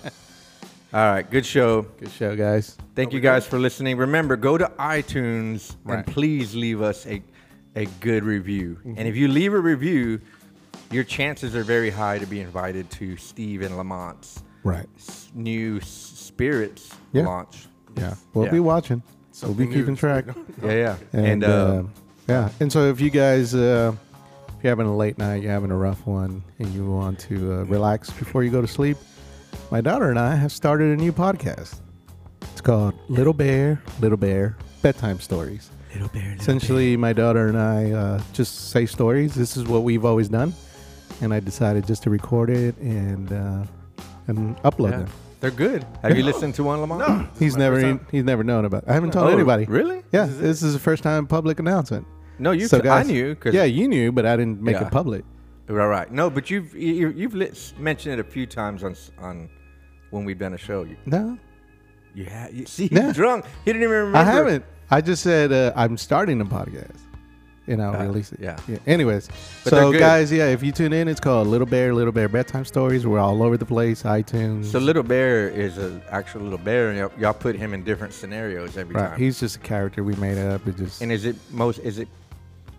[SPEAKER 1] All right. Good show.
[SPEAKER 2] Good show, guys.
[SPEAKER 1] Thank you guys for listening. Remember, go to iTunes
[SPEAKER 2] Right. Mm-hmm.
[SPEAKER 1] and please leave us a, a good review. And if you leave a review, your chances are very high to be invited to Steve and Lamont's
[SPEAKER 2] Right.
[SPEAKER 1] s- new s- spirits
[SPEAKER 2] Yeah.
[SPEAKER 1] launch.
[SPEAKER 2] Yeah. We'll
[SPEAKER 1] Yeah.
[SPEAKER 2] be watching. we'll
[SPEAKER 4] Something
[SPEAKER 2] be
[SPEAKER 4] new.
[SPEAKER 2] keeping track.
[SPEAKER 1] Yeah, yeah. And,
[SPEAKER 2] And,
[SPEAKER 1] uh,
[SPEAKER 2] uh, yeah. And so if you guys, uh, if you're having a late night, you're having a rough one, and you want to uh, relax before you go to sleep, my daughter and I have started a new podcast. It's called Little Bear, Little Bear Bedtime Stories.
[SPEAKER 3] Little bear, little
[SPEAKER 2] Essentially, my daughter and I uh, just say stories. This is what we've always done, and I decided just to record it and uh, and upload
[SPEAKER 1] yeah.
[SPEAKER 2] them.
[SPEAKER 1] they're good. Have you listened to one, Lamont? No.
[SPEAKER 2] He's never he's never known about. It. I haven't told anybody.
[SPEAKER 1] Oh, Really?
[SPEAKER 2] Yeah, this is, the first time public announcement.
[SPEAKER 1] No, you.
[SPEAKER 2] So
[SPEAKER 1] t-
[SPEAKER 2] guys-
[SPEAKER 1] I knew. 'cause-
[SPEAKER 2] Yeah, you knew, but I didn't make
[SPEAKER 1] Yeah.
[SPEAKER 2] it public.
[SPEAKER 1] Right, right. No, but you've you, you- you've lit- mentioned it a few times on s- on when we've done a show. You,
[SPEAKER 2] No,
[SPEAKER 1] you, ha- you see, he's
[SPEAKER 2] Yeah.
[SPEAKER 1] drunk. He didn't even remember.
[SPEAKER 2] I haven't. I just said uh, I'm starting a podcast, and I'll
[SPEAKER 1] Uh,
[SPEAKER 2] release it.
[SPEAKER 1] yeah.
[SPEAKER 2] Anyways,
[SPEAKER 1] But they're
[SPEAKER 2] so
[SPEAKER 1] good.
[SPEAKER 2] guys, yeah, if you tune in, it's called Little Bear, Little Bear Bedtime Stories. We're all over the place. iTunes.
[SPEAKER 1] So little bear is an actual little bear, and y'all, y'all put him in different scenarios every
[SPEAKER 2] right.
[SPEAKER 1] time.
[SPEAKER 2] He's just a character we made up. It just
[SPEAKER 1] and is it most is it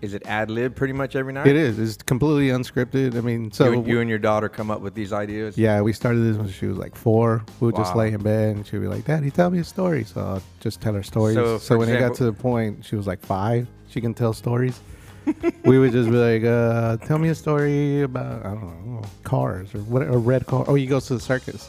[SPEAKER 1] is it ad lib pretty much every night?
[SPEAKER 2] It is. It's completely unscripted. I mean, so
[SPEAKER 1] you, you and your daughter come up with these ideas.
[SPEAKER 2] yeah, we started this when she was like four. We would just
[SPEAKER 1] Wow.
[SPEAKER 2] lay in bed and she'd be like, "Daddy, tell me a story." So I'll just tell her stories.
[SPEAKER 1] So,
[SPEAKER 2] So,
[SPEAKER 1] for
[SPEAKER 2] when it got
[SPEAKER 1] example-
[SPEAKER 2] to the point, she was like five. She can tell stories. we would just be like, uh, "Tell me a story about I don't know cars or what a red car." Oh, he goes to the circus.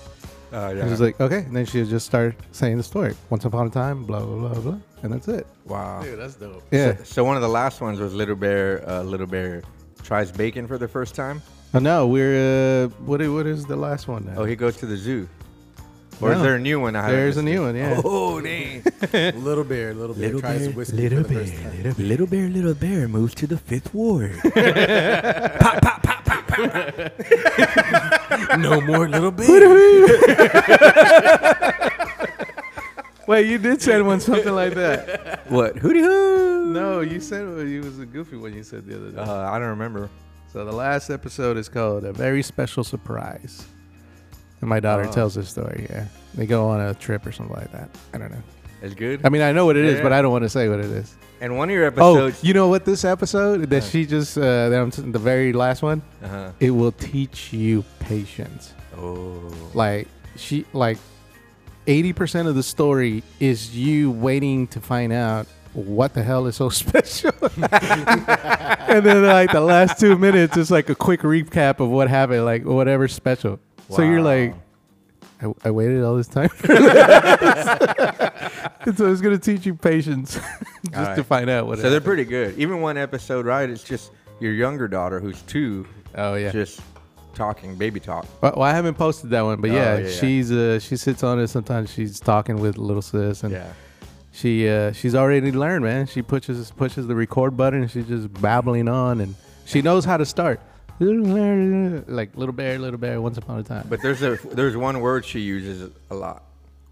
[SPEAKER 1] uh,
[SPEAKER 2] And she's like, "Okay," and then she would just start saying the story. Once upon a time, blah blah blah blah, and that's it.
[SPEAKER 1] wow.
[SPEAKER 4] Dude, that's dope.
[SPEAKER 2] Yeah.
[SPEAKER 1] So one of the last ones was little bear. Uh, little bear tries bacon for the first time,
[SPEAKER 2] Oh, no, we're uh, what? i- What is the last one now?
[SPEAKER 1] Oh, he goes to the zoo. Or is
[SPEAKER 2] No.
[SPEAKER 1] there a new one? I haven't
[SPEAKER 2] There's a
[SPEAKER 1] seen?
[SPEAKER 2] new one. Yeah.
[SPEAKER 1] Oh, dang.
[SPEAKER 4] Little bear, little bear tries whiskey for the first time.
[SPEAKER 3] little, little bear, little bear moves to the fifth ward. no more little bear.
[SPEAKER 2] Wait, you did say one something like that.
[SPEAKER 1] what? Hootie hoo.
[SPEAKER 2] No, you said it was a goofy one. You said the other day.
[SPEAKER 1] Uh, I don't remember.
[SPEAKER 2] Uh-huh. So the last episode is called "A Very Special Surprise," and my daughter tells this story. Yeah, they go on a trip or something like that. I don't know.
[SPEAKER 1] It's good.
[SPEAKER 2] I mean, I know what it is,
[SPEAKER 1] Yeah.
[SPEAKER 2] but I don't want to say what it is.
[SPEAKER 1] and one of your
[SPEAKER 2] oh,
[SPEAKER 1] episodes.
[SPEAKER 2] you know what? This episode that she just uh, that I'm t- the very last one.
[SPEAKER 1] uh-huh.
[SPEAKER 2] It will teach you patience.
[SPEAKER 1] Oh.
[SPEAKER 2] Like she like. 80% of the story is you waiting to find out what the hell is so special. and then like the last 2 minutes is like a quick recap of what happened, like whatever special. So you're
[SPEAKER 1] Wow.
[SPEAKER 2] like I, I waited all this time. for this. so it's going to teach you patience just to
[SPEAKER 1] right.
[SPEAKER 2] find out what
[SPEAKER 1] So they're
[SPEAKER 2] happened.
[SPEAKER 1] pretty good. Even one episode, right? It's just your younger daughter, who's two,
[SPEAKER 2] Oh yeah.
[SPEAKER 1] just talking baby talk.
[SPEAKER 2] Well, well, I haven't posted that one, but
[SPEAKER 1] Oh,
[SPEAKER 2] yeah,
[SPEAKER 1] yeah, yeah.
[SPEAKER 2] she's uh, she sits on it sometimes. She's talking with little sis, and she uh, she's already learned, man. She pushes pushes the record button, and she's just babbling on, and she knows how to start. Like little bear, little bear, once upon a time.
[SPEAKER 1] But there's a there's one word she uses a lot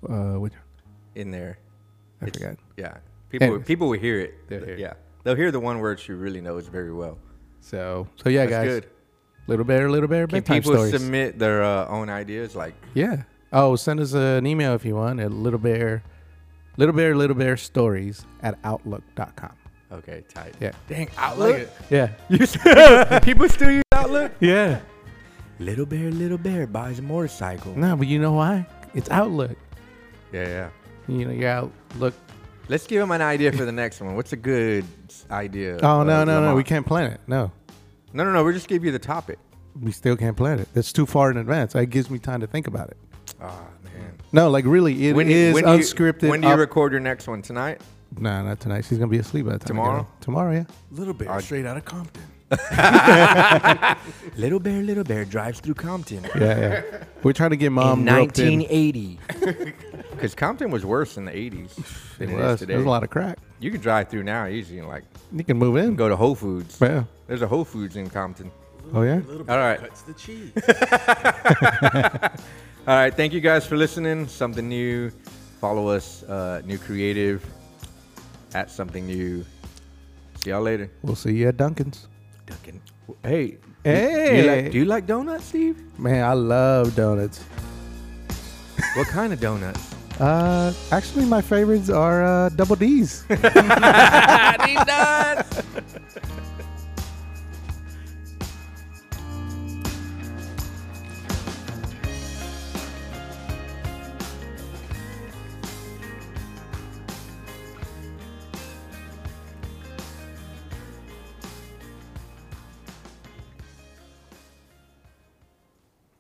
[SPEAKER 2] uh, which,
[SPEAKER 1] in there.
[SPEAKER 2] I
[SPEAKER 1] It's-
[SPEAKER 2] forgot.
[SPEAKER 1] Yeah. People
[SPEAKER 2] Anyways.
[SPEAKER 1] people will hear it.
[SPEAKER 2] They'll hear it.
[SPEAKER 1] yeah. They'll hear the one word she really knows very well.
[SPEAKER 2] So so yeah,
[SPEAKER 1] That's
[SPEAKER 2] guys.
[SPEAKER 1] good.
[SPEAKER 2] Little bear, little bear,
[SPEAKER 1] Can
[SPEAKER 2] bedtime
[SPEAKER 1] people
[SPEAKER 2] stories.
[SPEAKER 1] submit their uh, own ideas? Like,
[SPEAKER 2] yeah. Oh, send us an email if you want at little bear, little bear, little bear stories at outlook.com.
[SPEAKER 1] okay, tight.
[SPEAKER 2] Yeah.
[SPEAKER 1] Dang, Outlook.
[SPEAKER 2] Yeah.
[SPEAKER 1] You still, people still use Outlook?
[SPEAKER 2] Yeah.
[SPEAKER 1] Little bear, little bear buys a motorcycle.
[SPEAKER 2] No, but you know why? It's Outlook.
[SPEAKER 1] Yeah, yeah.
[SPEAKER 2] You know, your Outlook.
[SPEAKER 1] Let's give them an idea for the next one. What's a good s- idea?
[SPEAKER 2] Oh
[SPEAKER 1] uh,
[SPEAKER 2] no, no, no!
[SPEAKER 1] Lamont?
[SPEAKER 2] We can't plan it. No,
[SPEAKER 1] No, no, no. We'll just give you the topic.
[SPEAKER 2] we still can't plan it. That's too far in advance. That gives me time to think about it.
[SPEAKER 1] Oh, man.
[SPEAKER 2] No, like really, it is
[SPEAKER 1] when
[SPEAKER 2] unscripted.
[SPEAKER 1] Do you, when do you
[SPEAKER 2] up-
[SPEAKER 1] record your next one tonight?
[SPEAKER 2] nah, not tonight. She's gonna be asleep by the time. I get
[SPEAKER 1] Tomorrow?
[SPEAKER 2] home. Tomorrow, yeah.
[SPEAKER 4] Little bear, straight out of Compton.
[SPEAKER 1] Little bear, little bear drives through Compton
[SPEAKER 2] Yeah, yeah. We're trying to get mom roped in.
[SPEAKER 1] Because Compton was worse in the '80s than
[SPEAKER 2] It
[SPEAKER 1] it is
[SPEAKER 2] was.
[SPEAKER 1] today.
[SPEAKER 2] There's a lot of crack.
[SPEAKER 1] you can drive through now easy, and like
[SPEAKER 2] You can move in.
[SPEAKER 1] go to Whole Foods.
[SPEAKER 2] Yeah.
[SPEAKER 1] There's a Whole Foods in Compton.
[SPEAKER 2] Oh yeah.
[SPEAKER 4] Little
[SPEAKER 1] All right.
[SPEAKER 4] cuts the cheese.
[SPEAKER 1] All right, thank you guys for listening. Something new. Follow us, uh, new creative, at something new. See y'all later.
[SPEAKER 2] We'll see you at Duncan's.
[SPEAKER 1] Duncan. Hey. Do you,
[SPEAKER 2] Hey,
[SPEAKER 1] like, do you like donuts, Steve?
[SPEAKER 2] man, I love donuts.
[SPEAKER 1] what kind of donuts?
[SPEAKER 2] Uh, actually, my favorites are uh, double D's.
[SPEAKER 1] These nuts.